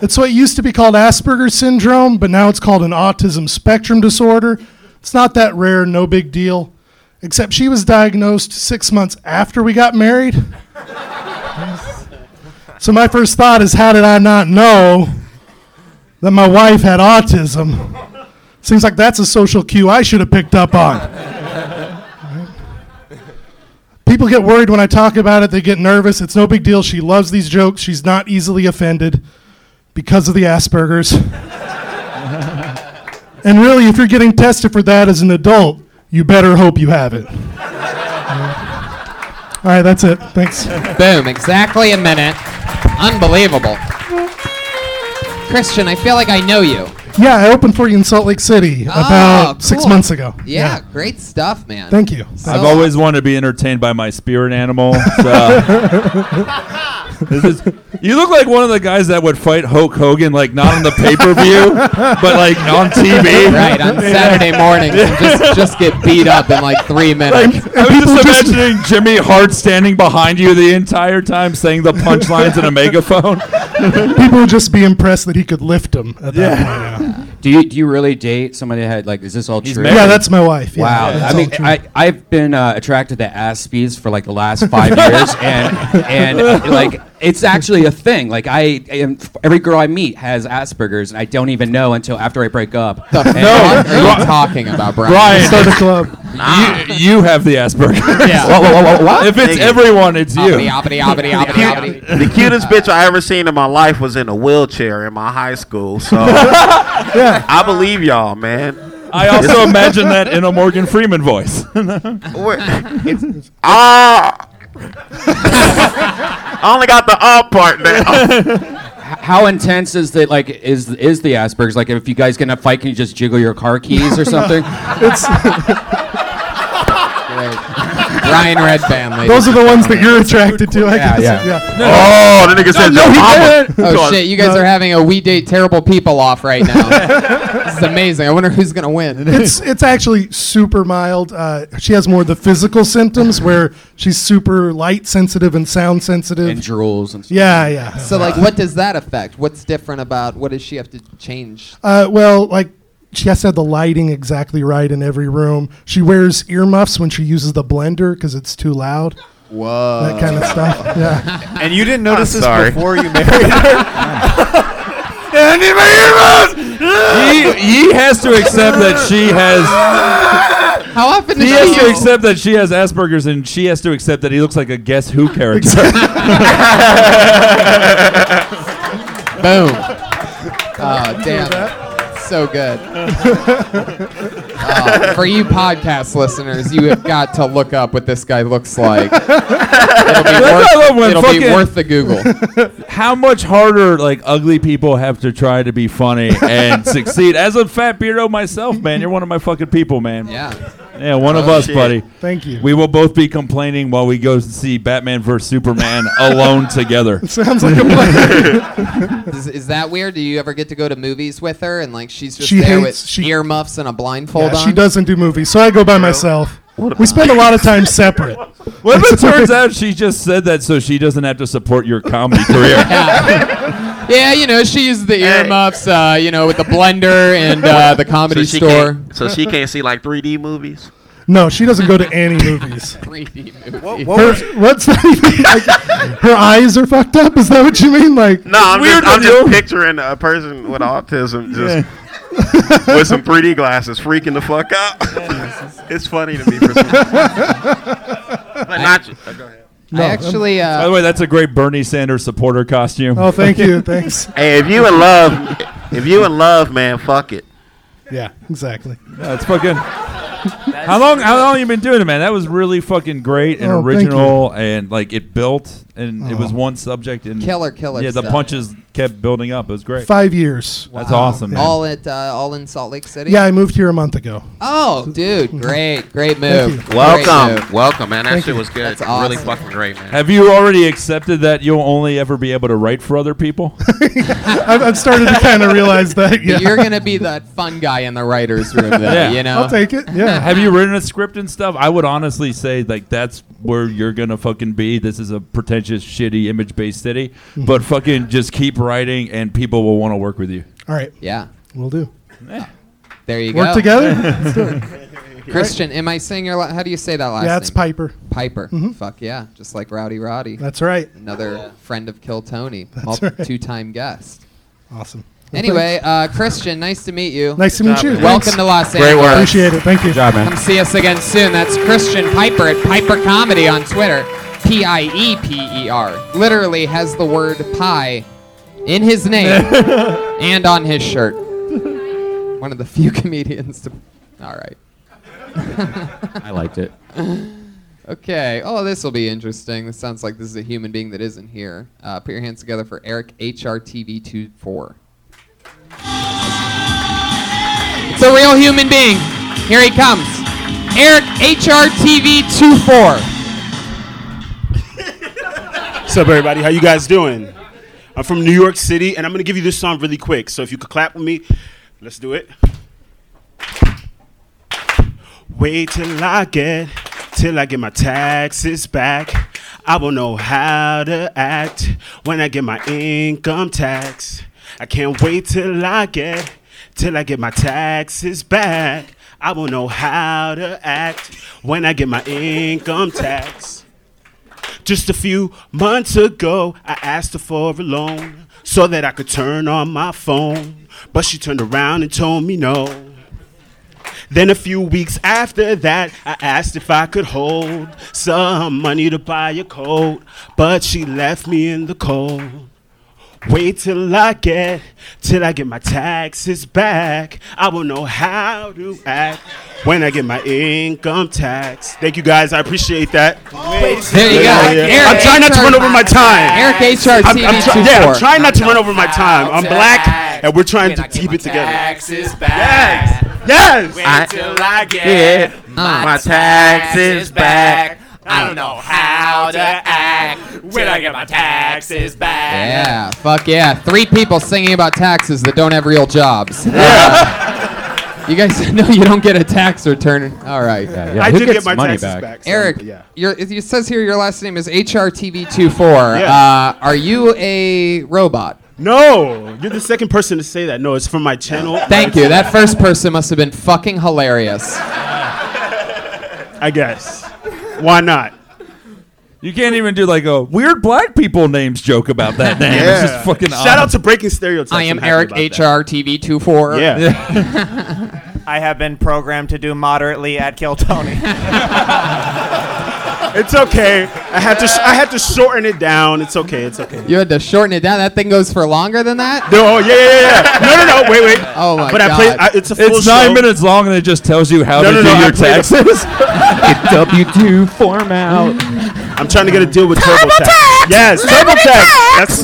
[SPEAKER 16] it's what used to be called Asperger's syndrome, but now it's called an autism spectrum disorder. It's not that rare, no big deal. Except she was diagnosed six months after we got married. so my first thought is, how did I not know that my wife had autism? Seems like that's a social cue I should have picked up on. People get worried when I talk about it. They get nervous. It's no big deal. She loves these jokes. She's not easily offended because of the Asperger's. and really, if you're getting tested for that as an adult, you better hope you have it. All right, that's it. Thanks.
[SPEAKER 3] Boom, exactly a minute. Unbelievable. Christian, I feel like I know you.
[SPEAKER 16] Yeah, I opened for you in Salt Lake City about
[SPEAKER 3] Oh,
[SPEAKER 16] six
[SPEAKER 3] cool.
[SPEAKER 16] months ago.
[SPEAKER 3] Yeah, great stuff, man.
[SPEAKER 16] Thank you.
[SPEAKER 3] So-
[SPEAKER 8] I've always wanted to be entertained by my spirit animal. so- This is- you look like one of the guys that would fight Hulk Hogan, like not on the pay per view, but like on TV.
[SPEAKER 3] Right, on Saturday mornings, and just, just get beat up in like three minutes.
[SPEAKER 8] Like, I was just imagining Jimmy Hart standing behind you the entire time saying the punchlines in a megaphone.
[SPEAKER 16] People would just be impressed that he could lift them. At that point.
[SPEAKER 6] Do you do you really date somebody that had like is this all true?
[SPEAKER 16] married. Yeah, that's my wife, yeah.
[SPEAKER 6] wow.
[SPEAKER 16] Yeah.
[SPEAKER 6] I mean, I I've been uh, attracted to Aspies for like the last five years, and and uh, like it's actually a thing. Like I am, every girl I meet has Asperger's, and I don't even know until after I break up.
[SPEAKER 3] The fuck are you talking about, Brian?
[SPEAKER 6] Brian.
[SPEAKER 16] Start a club.
[SPEAKER 8] You, you have the Asperger's.
[SPEAKER 16] Yeah.
[SPEAKER 7] Wha- wha- wha- wha- what?
[SPEAKER 8] If it's
[SPEAKER 7] Nigga.
[SPEAKER 8] everyone, it's you.
[SPEAKER 7] Uppity, uppity, uppity, uppity, uppity. The cutest bitch I ever seen in my life was in a wheelchair in my high school. So I believe y'all, man.
[SPEAKER 8] I also imagine that in a Morgan Freeman voice.
[SPEAKER 7] Ah. I only got the ah part now.
[SPEAKER 6] How intense is that? Like, is is the Asperger's? Like, if you guys get in a fight, can you just jiggle your car keys or something?
[SPEAKER 16] It's
[SPEAKER 3] Ryan Redband, ladies
[SPEAKER 16] Those are the
[SPEAKER 3] and
[SPEAKER 16] ones that
[SPEAKER 3] gentlemen.
[SPEAKER 16] you're attracted to, I
[SPEAKER 3] Yeah,
[SPEAKER 16] guess.
[SPEAKER 3] yeah.
[SPEAKER 16] Yeah.
[SPEAKER 7] Oh, the nigga said your mama.
[SPEAKER 3] Oh shit, you guys
[SPEAKER 16] No.
[SPEAKER 3] are having a we date terrible people off right now. this is amazing. I wonder who's gonna win.
[SPEAKER 16] it's it's actually super mild. Uh, she has more of the physical symptoms where she's super light sensitive and sound sensitive.
[SPEAKER 6] And drools and stuff.
[SPEAKER 16] Yeah, yeah.
[SPEAKER 3] So like, what does that affect? What's different about? What does she have to change?
[SPEAKER 16] Uh, well, like she has to have the lighting exactly right in every room. She wears earmuffs when she uses the blender because it's too loud.
[SPEAKER 17] Whoa.
[SPEAKER 16] That kind of stuff. Yeah.
[SPEAKER 17] And you didn't notice
[SPEAKER 16] I'm
[SPEAKER 17] this
[SPEAKER 16] sorry.
[SPEAKER 17] before you married her. and you
[SPEAKER 8] He, he has to accept that she has.
[SPEAKER 3] How often
[SPEAKER 8] He
[SPEAKER 3] does
[SPEAKER 8] has
[SPEAKER 3] she
[SPEAKER 8] to accept that she has Asperger's, and she has to accept that he looks like a Guess Who character.
[SPEAKER 3] Boom. Oh damn. So good. Oh, for you podcast listeners, you have got to look up what this guy looks like. It'll be
[SPEAKER 8] That's what I love
[SPEAKER 3] worth,
[SPEAKER 8] when
[SPEAKER 3] it'll be
[SPEAKER 8] fucking-
[SPEAKER 3] worth the Google.
[SPEAKER 8] How much harder like ugly people have to try to be funny and succeed? As a fat beardo myself, man, you're one of my fucking people, man.
[SPEAKER 3] Yeah.
[SPEAKER 8] Yeah, one of
[SPEAKER 16] Oh,
[SPEAKER 8] us,
[SPEAKER 16] shit.
[SPEAKER 8] buddy.
[SPEAKER 16] Thank you.
[SPEAKER 8] We will both be complaining while we go see Batman vs Superman alone together.
[SPEAKER 16] Sounds like a plan.
[SPEAKER 3] is, is that weird? Do you ever get to go to movies with her and like she's just
[SPEAKER 16] She
[SPEAKER 3] there
[SPEAKER 16] hates-
[SPEAKER 3] with earmuffs and a blindfold
[SPEAKER 16] Yeah,
[SPEAKER 3] on?
[SPEAKER 16] she doesn't do movies, so I go by myself. We spend a lot of time separate.
[SPEAKER 8] What if it turns out she just said that so she doesn't have to support your comedy career?
[SPEAKER 3] Yeah, you know, she uses the earmuffs, uh, you know, with the blender and uh, the comedy
[SPEAKER 7] so she
[SPEAKER 3] store.
[SPEAKER 7] can't- So she can't see like 3D movies.
[SPEAKER 16] No, she doesn't go to any movies.
[SPEAKER 3] 3D movie.
[SPEAKER 16] Her, what's that even? Like, her eyes are fucked up. Is that what you mean? Like
[SPEAKER 7] No, I'm, just, I'm just picturing a person with autism just with some 3D glasses freaking the fuck out. it's funny to me for some But not you. Go ahead.
[SPEAKER 3] I actually. Uh,
[SPEAKER 8] By the way, that's a great Bernie Sanders supporter costume.
[SPEAKER 16] Oh, thank you. Thanks.
[SPEAKER 7] Hey, if you in love, if you in love, man, fuck it.
[SPEAKER 16] Yeah, exactly.
[SPEAKER 8] That's fucking. How long? How long you been doing it, man? That was really fucking great and
[SPEAKER 16] Oh, thank you.
[SPEAKER 8] original, and like it built. and it was
[SPEAKER 16] Oh.
[SPEAKER 8] one subject. And
[SPEAKER 3] Killer, killer
[SPEAKER 8] Yeah, the
[SPEAKER 3] stuff.
[SPEAKER 8] punches kept building up. It was great.
[SPEAKER 16] Five years.
[SPEAKER 8] That's awesome. Man.
[SPEAKER 3] All at uh, all in Salt Lake City.
[SPEAKER 16] Yeah, I moved here a month ago.
[SPEAKER 3] Oh, dude, great, great
[SPEAKER 16] Thank
[SPEAKER 3] move.
[SPEAKER 7] Welcome.
[SPEAKER 3] Great move.
[SPEAKER 7] Welcome, man. That
[SPEAKER 3] Thank
[SPEAKER 7] shit
[SPEAKER 3] you.
[SPEAKER 7] was good.
[SPEAKER 3] That's awesome.
[SPEAKER 7] Really fucking great, man.
[SPEAKER 8] Have you already accepted that you'll only ever be able to write for other people?
[SPEAKER 16] I've, I've started to kind of realize that.
[SPEAKER 3] But
[SPEAKER 16] Yeah.
[SPEAKER 3] You're gonna be the fun guy in the writers' room, though. You know,
[SPEAKER 16] I'll take it. Yeah.
[SPEAKER 8] Have you written a script and stuff? I would honestly say like that's where you're gonna fucking be. This is a pretentious, shitty, image-based city, but fucking just keep writing, and people will want to work with you.
[SPEAKER 16] All right.
[SPEAKER 3] Yeah.
[SPEAKER 16] We'll do.
[SPEAKER 3] There you
[SPEAKER 16] Work
[SPEAKER 3] go.
[SPEAKER 16] together? Let's do it.
[SPEAKER 3] Christian, am I saying your? La- how do you say that last?
[SPEAKER 16] Yeah, it's
[SPEAKER 3] name?
[SPEAKER 16] Piper. Mm-hmm.
[SPEAKER 3] Piper. Fuck yeah, just like Rowdy Roddy.
[SPEAKER 16] That's right.
[SPEAKER 3] Another friend of Kill Tony,
[SPEAKER 16] That's
[SPEAKER 3] mul-
[SPEAKER 16] right.
[SPEAKER 3] two-time guest.
[SPEAKER 16] Awesome.
[SPEAKER 3] Anyway, uh, Christian, nice to meet you.
[SPEAKER 16] Nice to meet you.
[SPEAKER 3] Welcome
[SPEAKER 16] Thanks.
[SPEAKER 3] to Los
[SPEAKER 16] Great
[SPEAKER 3] Angeles.
[SPEAKER 16] work. Appreciate it. Thank you. Good job, man.
[SPEAKER 3] Come see us again soon. That's Christian Piper at Piper Comedy on Twitter. P I E P E R. Literally has the word pie in his name and on his shirt. One of the few comedians to. All right.
[SPEAKER 6] I liked it.
[SPEAKER 3] Okay. Oh, this will be interesting. This sounds like this is a human being that isn't here. Uh, put your hands together for Eric HRTV24. It's a real human being. Here he comes. Eric HRTV24.
[SPEAKER 18] What's up, everybody? How you guys doing? I'm from New York City, and I'm gonna give you this song really quick. So if you could clap with me, let's do it. Wait till I get, till I get my taxes back. I will know how to act when I get my income tax. I can't wait till I get, till I get my taxes back. I will know how to act when I get my income tax. Just a few months ago, I asked her for a loan so that I could turn on my phone, but she turned around and told me no. Then a few weeks after that, I asked if I could hold some money to buy a coat, but she left me in the cold. Wait till I get, till I get my taxes back. I will know how to act when I get my income tax. Thank you guys, I appreciate that.
[SPEAKER 3] There you
[SPEAKER 18] Yeah,
[SPEAKER 3] go.
[SPEAKER 18] yeah.
[SPEAKER 3] Eric
[SPEAKER 18] I'm trying not to
[SPEAKER 3] HR
[SPEAKER 18] run over my time.
[SPEAKER 3] Eric HR
[SPEAKER 18] I'm, I'm try-
[SPEAKER 3] TV24.
[SPEAKER 18] yeah, I'm trying not to run over my time. I'm black, and we're trying to keep it together.
[SPEAKER 9] Taxes back.
[SPEAKER 18] Yes.
[SPEAKER 9] Wait till I get
[SPEAKER 3] Uh,
[SPEAKER 9] my taxes back. I don't know how to act when I get my taxes back.
[SPEAKER 3] Yeah, fuck yeah. Three people singing about taxes that don't have real jobs. Uh, you guys know you don't get a tax return. All right.
[SPEAKER 18] yeah. I Who did get gets my money taxes back? back, so,
[SPEAKER 3] Eric,
[SPEAKER 18] yeah.
[SPEAKER 3] your, it it says here your last name is HRTV24.
[SPEAKER 18] Yeah.
[SPEAKER 3] Uh, are you a robot?
[SPEAKER 18] No, you're the second person to say that. No, it's from my channel.
[SPEAKER 3] Thank you. That first person must have been fucking hilarious.
[SPEAKER 18] I guess. Why not?
[SPEAKER 8] You can't even do like a weird black people names joke about that name.
[SPEAKER 18] Yeah.
[SPEAKER 8] It's just fucking
[SPEAKER 18] Shout out to Breaking Stereotypes.
[SPEAKER 3] I am
[SPEAKER 18] I'm happy
[SPEAKER 3] Eric
[SPEAKER 18] about that.
[SPEAKER 3] HRTV24.
[SPEAKER 15] I have been programmed to do moderately at Kill Tony.
[SPEAKER 18] It's okay. I had to. sh- I had to shorten it down. It's okay. It's okay.
[SPEAKER 3] You had to shorten it down. That thing goes for longer than that?
[SPEAKER 18] No. Oh yeah, yeah, yeah. No, no, no. Wait, wait.
[SPEAKER 3] Oh my
[SPEAKER 18] But
[SPEAKER 3] god.
[SPEAKER 18] I played. I, it's a full
[SPEAKER 8] It's nine
[SPEAKER 18] show.
[SPEAKER 8] minutes long and it just tells you how
[SPEAKER 18] No,
[SPEAKER 8] to
[SPEAKER 18] no,
[SPEAKER 8] do
[SPEAKER 18] no, I
[SPEAKER 8] your
[SPEAKER 18] played a-
[SPEAKER 8] taxes. W two form out.
[SPEAKER 18] I'm trying to get a deal with TurboTax. Yes, TurboTax. That's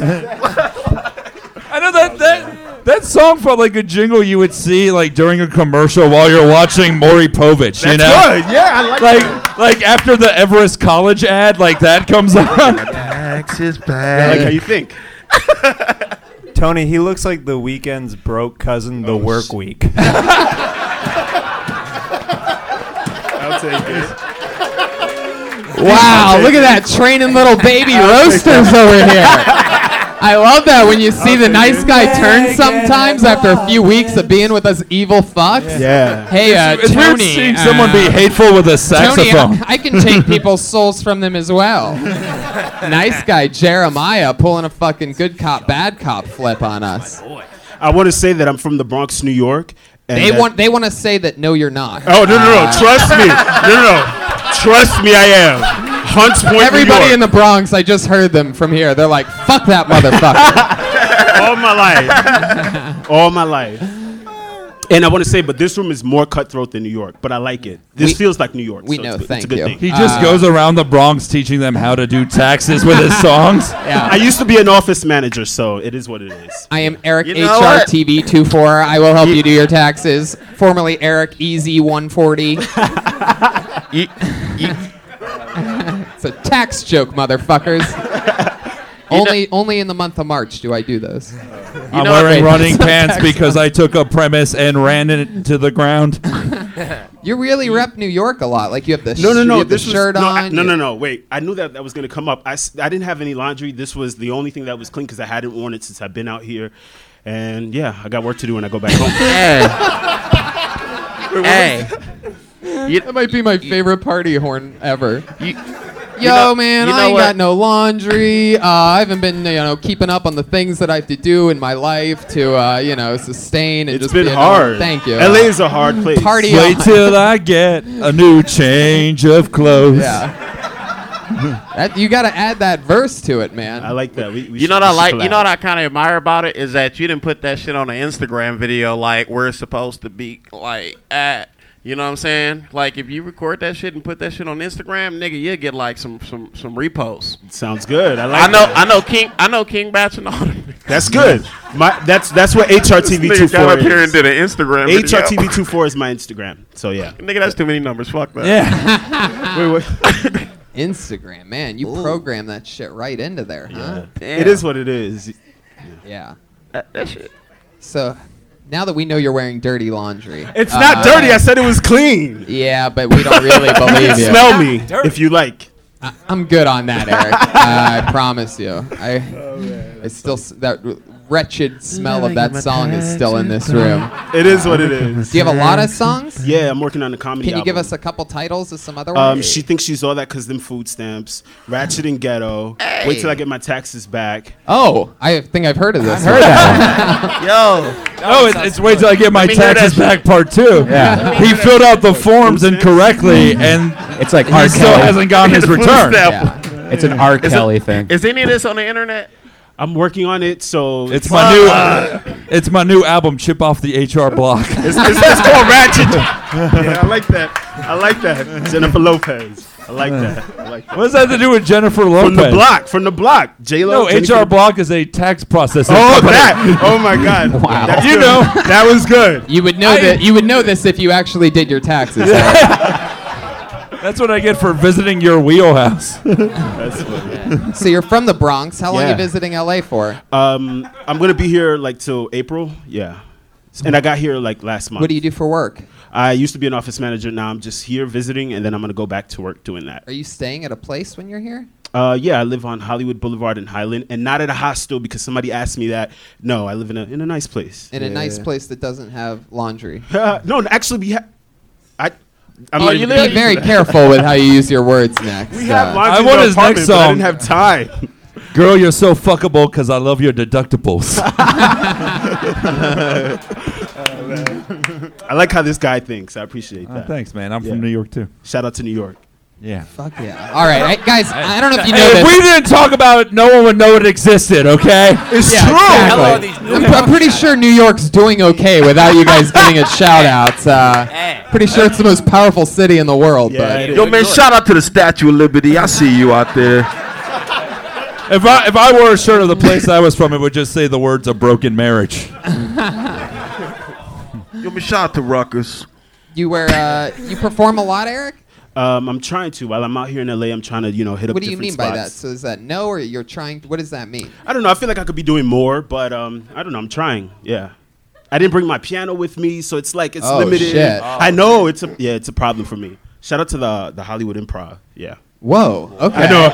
[SPEAKER 8] I know that that that song felt like a jingle you would see like during a commercial while you're watching Maury Povich. you
[SPEAKER 18] That's
[SPEAKER 8] know,
[SPEAKER 18] good. Yeah, I like
[SPEAKER 8] like
[SPEAKER 18] that.
[SPEAKER 8] like after the Everest College ad, like that comes on.
[SPEAKER 18] taxes
[SPEAKER 15] back.
[SPEAKER 18] like how you think.
[SPEAKER 15] Tony, he looks like the weekend's broke cousin, the work week.
[SPEAKER 18] I'll take it.
[SPEAKER 3] Wow, look at that training little baby roasters over here. I love that when you see the nice guy turn sometimes after a few weeks of being with us evil fucks.
[SPEAKER 18] Yeah.
[SPEAKER 3] Hey, uh,
[SPEAKER 8] it's
[SPEAKER 3] Tony.
[SPEAKER 8] weird seeing someone be
[SPEAKER 3] uh,
[SPEAKER 8] hateful with a
[SPEAKER 3] Tony,
[SPEAKER 8] saxophone.
[SPEAKER 3] I, I can take people's souls from them as well. nice guy Jeremiah pulling a fucking good cop bad cop flip on us.
[SPEAKER 18] I want to say that I'm from the Bronx, New York. And
[SPEAKER 3] They
[SPEAKER 18] that-
[SPEAKER 3] want they want to say that no, you're not.
[SPEAKER 18] Oh no, no, no!
[SPEAKER 3] Uh,
[SPEAKER 18] Trust me. No, no, no. Trust me, I am. Hunts Point,
[SPEAKER 3] Everybody
[SPEAKER 18] New York.
[SPEAKER 3] in the Bronx, I just heard them from here. They're like, "Fuck that motherfucker."
[SPEAKER 18] all my life. all my life. And I want to say, but this room is more cutthroat than New York, but I like it. This
[SPEAKER 3] We-
[SPEAKER 18] feels like New York.
[SPEAKER 3] we
[SPEAKER 18] so
[SPEAKER 3] know,
[SPEAKER 18] It's, good-
[SPEAKER 3] thank Uh,
[SPEAKER 18] it's a good
[SPEAKER 3] you.
[SPEAKER 18] thing.
[SPEAKER 8] He just goes around the Bronx teaching them how to do taxes with his songs.
[SPEAKER 18] I used to be an office manager, so it is what it is.
[SPEAKER 3] I am Eric
[SPEAKER 18] You know what?
[SPEAKER 3] HRTV24. I will help you do your taxes. Formerly Eric E EZ140. it's a tax joke, motherfuckers. only only in the month of March do I do those.
[SPEAKER 8] I'm wearing running pants because I took a premise and ran it to the ground.
[SPEAKER 3] You really rep New York a lot. Like you have the
[SPEAKER 18] No, no,
[SPEAKER 3] you
[SPEAKER 18] no.
[SPEAKER 3] have the
[SPEAKER 18] This was,
[SPEAKER 3] shirt
[SPEAKER 18] no,
[SPEAKER 3] on.
[SPEAKER 18] I, no,
[SPEAKER 3] you-
[SPEAKER 18] no, no. Wait, I knew that that was going to come up. I, s- I didn't have any laundry. This was the only thing that was clean because I hadn't worn it since I've been out here. And yeah, I got work to do when I go back home.
[SPEAKER 3] Hey. that might be my favorite party horn ever. Yo,
[SPEAKER 18] know-
[SPEAKER 3] man,
[SPEAKER 18] you
[SPEAKER 3] I
[SPEAKER 18] know
[SPEAKER 3] ain't got
[SPEAKER 18] what?
[SPEAKER 3] no laundry. Uh, I haven't been, you know, keeping up on the things that I have to do in my life to, uh, you know, sustain and
[SPEAKER 18] It's
[SPEAKER 3] just
[SPEAKER 18] been
[SPEAKER 3] be a-
[SPEAKER 18] hard.
[SPEAKER 3] Thank you. Mm-hmm.
[SPEAKER 18] LA is a hard place.
[SPEAKER 3] Party
[SPEAKER 8] Wait
[SPEAKER 3] on.
[SPEAKER 8] till I get a new change of clothes.
[SPEAKER 3] Yeah. That, you got to add that verse to it, man. I
[SPEAKER 18] like that. We,
[SPEAKER 7] You know what I like? You know what I kind of admire about it is that you didn't put that shit on an Instagram video like where it's supposed to be like at. You know what I'm saying? Like if you record that shit and put that shit on Instagram, nigga, you'll get like some some some reposts.
[SPEAKER 18] Sounds good. I like.
[SPEAKER 7] I know
[SPEAKER 18] that.
[SPEAKER 7] I know King I know King Batch and all them.
[SPEAKER 18] That's good. My that's that's what HRTV two
[SPEAKER 7] This nigga got
[SPEAKER 18] four
[SPEAKER 7] up
[SPEAKER 18] is.
[SPEAKER 7] here and did an Instagram video.
[SPEAKER 18] HRTV two four is my Instagram. So yeah.
[SPEAKER 7] Nigga, that's too many numbers. Fuck that.
[SPEAKER 3] Yeah. Instagram, man, you program that shit right into there, huh?
[SPEAKER 18] It is what it is.
[SPEAKER 3] Yeah.
[SPEAKER 7] that shit.
[SPEAKER 3] So, now that we know you're wearing dirty laundry, uh,
[SPEAKER 18] It's not dirty. I said it was clean.
[SPEAKER 3] Yeah, but we don't really
[SPEAKER 18] You
[SPEAKER 3] believe
[SPEAKER 18] can
[SPEAKER 3] you.
[SPEAKER 18] smell me if you like.
[SPEAKER 3] I, I'm good on that, Eric. uh, I promise you. I,
[SPEAKER 18] Oh,
[SPEAKER 3] I still s- that wretched smell of that song is still in this room.
[SPEAKER 18] It is what it is.
[SPEAKER 3] Do you have a lot of songs?
[SPEAKER 18] Yeah, I'm working on a comedy.
[SPEAKER 3] Can you give
[SPEAKER 18] album.
[SPEAKER 3] us a couple titles of some other
[SPEAKER 18] Um,
[SPEAKER 3] ones?
[SPEAKER 18] she thinks she's all that because them food stamps, ratchet and ghetto. Wait till I get my taxes back.
[SPEAKER 3] Oh, I think I've heard of this.
[SPEAKER 18] heard
[SPEAKER 7] Yo.
[SPEAKER 8] Oh, it's, it's wait till I get my taxes back, part two.
[SPEAKER 6] Yeah.
[SPEAKER 8] He filled out the forms incorrectly, and
[SPEAKER 6] It's like
[SPEAKER 8] he
[SPEAKER 6] R.
[SPEAKER 8] still
[SPEAKER 6] Kelly.
[SPEAKER 8] hasn't gotten his return.
[SPEAKER 6] It's an R. Kelly thing.
[SPEAKER 7] Is any of this on the internet? Uh,
[SPEAKER 18] I'm working on it, so
[SPEAKER 8] It's my new, uh, it's my new album, Chip Off the HR Block.
[SPEAKER 18] It's, it's, it's called ratchet. yeah, I like that. I like that. Jennifer Lopez. I like that. I like that.
[SPEAKER 8] What does that have to do with Jennifer Lopez?
[SPEAKER 18] From the block. From the block. J Lo.
[SPEAKER 8] No, HR Block is a tax processor.
[SPEAKER 18] Oh,
[SPEAKER 8] company.
[SPEAKER 18] that. Oh my God.
[SPEAKER 3] Wow.
[SPEAKER 18] That's
[SPEAKER 3] You
[SPEAKER 18] good.
[SPEAKER 3] know.
[SPEAKER 18] that was good.
[SPEAKER 3] You would know
[SPEAKER 18] I-
[SPEAKER 3] that. You would know this if you actually did your taxes.
[SPEAKER 8] That's what I get for visiting your wheelhouse. That's
[SPEAKER 3] Eric. so you're from the Bronx. How long
[SPEAKER 18] Yeah.
[SPEAKER 3] you visiting LA for?
[SPEAKER 18] Um, I'm gonna be here like till April. Yeah. And I got here like last month.
[SPEAKER 3] What do you do for work?
[SPEAKER 18] I used to be an office manager. Now I'm just here visiting, and then I'm gonna go back to work doing that.
[SPEAKER 3] Are you staying at a place when you're here?
[SPEAKER 18] Uh, yeah, I live on Hollywood Boulevard in Highland, and not at a hostel because somebody asked me that. No, I live in a in a nice place.
[SPEAKER 3] In a
[SPEAKER 18] Yeah.
[SPEAKER 3] nice place that doesn't have laundry.
[SPEAKER 18] no, actually, we have. I. I'm
[SPEAKER 3] Oh,
[SPEAKER 18] not
[SPEAKER 3] you
[SPEAKER 18] even-
[SPEAKER 3] be very careful with how you use your words next. uh,
[SPEAKER 18] We have laundry
[SPEAKER 8] I
[SPEAKER 18] in
[SPEAKER 8] want
[SPEAKER 18] our
[SPEAKER 8] his next
[SPEAKER 18] apartment, but I
[SPEAKER 8] song.
[SPEAKER 18] didn't have time.
[SPEAKER 8] Girl, you're so fuckable because I love your deductibles.
[SPEAKER 18] I like how this guy thinks. I appreciate that.
[SPEAKER 8] Uh, thanks, man. I'm from New York too.
[SPEAKER 18] Shout out to New York.
[SPEAKER 8] Yeah.
[SPEAKER 3] Fuck yeah. All right, I- guys, I don't know if you
[SPEAKER 8] Hey,
[SPEAKER 3] know
[SPEAKER 8] if
[SPEAKER 3] this.
[SPEAKER 8] we didn't talk about it, no one would know it existed, okay? It's
[SPEAKER 3] Yeah, exactly. I'm, I'm pretty sure New York's doing okay without you guys giving it shout outs. Uh, pretty sure it's the most powerful city in the world. but
[SPEAKER 7] Yo, man, shout out to the Statue of Liberty. I see you out there.
[SPEAKER 8] If I if I wore a shirt of the place I was from, it would just say the words of broken marriage.
[SPEAKER 7] Yo, man, shout out to Ruckus.
[SPEAKER 3] You wear, uh, you perform a lot, Eric?
[SPEAKER 18] Um, I'm trying to. While I'm out here in LA, I'm trying to, you know, hit up
[SPEAKER 3] What do you
[SPEAKER 18] different
[SPEAKER 3] mean by that?
[SPEAKER 18] spots.
[SPEAKER 3] So is that no, or you're trying? What does that mean?
[SPEAKER 18] I don't know. I feel like I could be doing more, but um, I don't know. I'm trying. Yeah. I didn't bring my piano with me, so it's like it's
[SPEAKER 3] Oh,
[SPEAKER 18] limited.
[SPEAKER 3] shit.
[SPEAKER 18] I know it's a yeah, it's a problem for me. Shout out to the the Hollywood Improv. Yeah.
[SPEAKER 3] Whoa. Okay. Ah.
[SPEAKER 18] I know.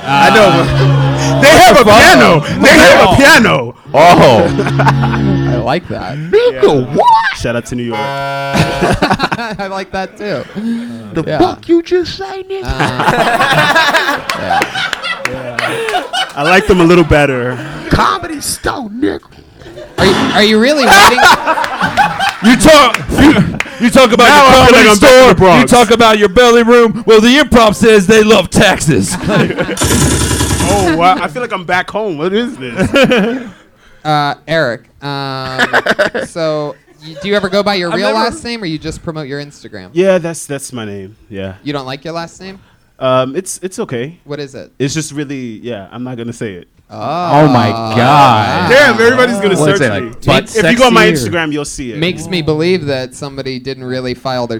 [SPEAKER 18] I know. They have a piano. They have a piano.
[SPEAKER 3] Oh. I like that.
[SPEAKER 18] what? Shout out to New York.
[SPEAKER 3] I like that too.
[SPEAKER 18] The
[SPEAKER 7] fuck you just
[SPEAKER 3] Uh-huh.
[SPEAKER 7] say, nigga?
[SPEAKER 18] I like them a little better.
[SPEAKER 7] Comedy Stone, nigga.
[SPEAKER 3] Are you, are you really waiting?
[SPEAKER 8] You talk you, you talk about
[SPEAKER 18] Now I feel
[SPEAKER 8] your
[SPEAKER 18] like
[SPEAKER 8] comedy
[SPEAKER 18] I'm back in the
[SPEAKER 8] store. You
[SPEAKER 18] Bronx.
[SPEAKER 8] talk about your belly room. Well, the improv says they love taxes.
[SPEAKER 18] oh wow! I feel like I'm back home. What is this?
[SPEAKER 3] Uh, Eric, um, so you you- do you ever go by your
[SPEAKER 18] I've
[SPEAKER 3] real
[SPEAKER 18] never-
[SPEAKER 3] last name, or you just promote your Instagram?
[SPEAKER 18] Yeah, that's that's my name. Yeah.
[SPEAKER 3] You don't like your last name?
[SPEAKER 18] Um, it's it's okay.
[SPEAKER 3] What is it?
[SPEAKER 18] It's just really yeah. I'm not gonna say it.
[SPEAKER 3] Oh.
[SPEAKER 6] Oh my God.
[SPEAKER 18] Damn, everybody's gonna
[SPEAKER 6] What is
[SPEAKER 18] search
[SPEAKER 6] it,
[SPEAKER 18] me.
[SPEAKER 6] like, butt
[SPEAKER 18] if you go on my
[SPEAKER 6] sexy or-
[SPEAKER 18] Instagram, you'll see it.
[SPEAKER 3] Makes me believe that somebody didn't really file their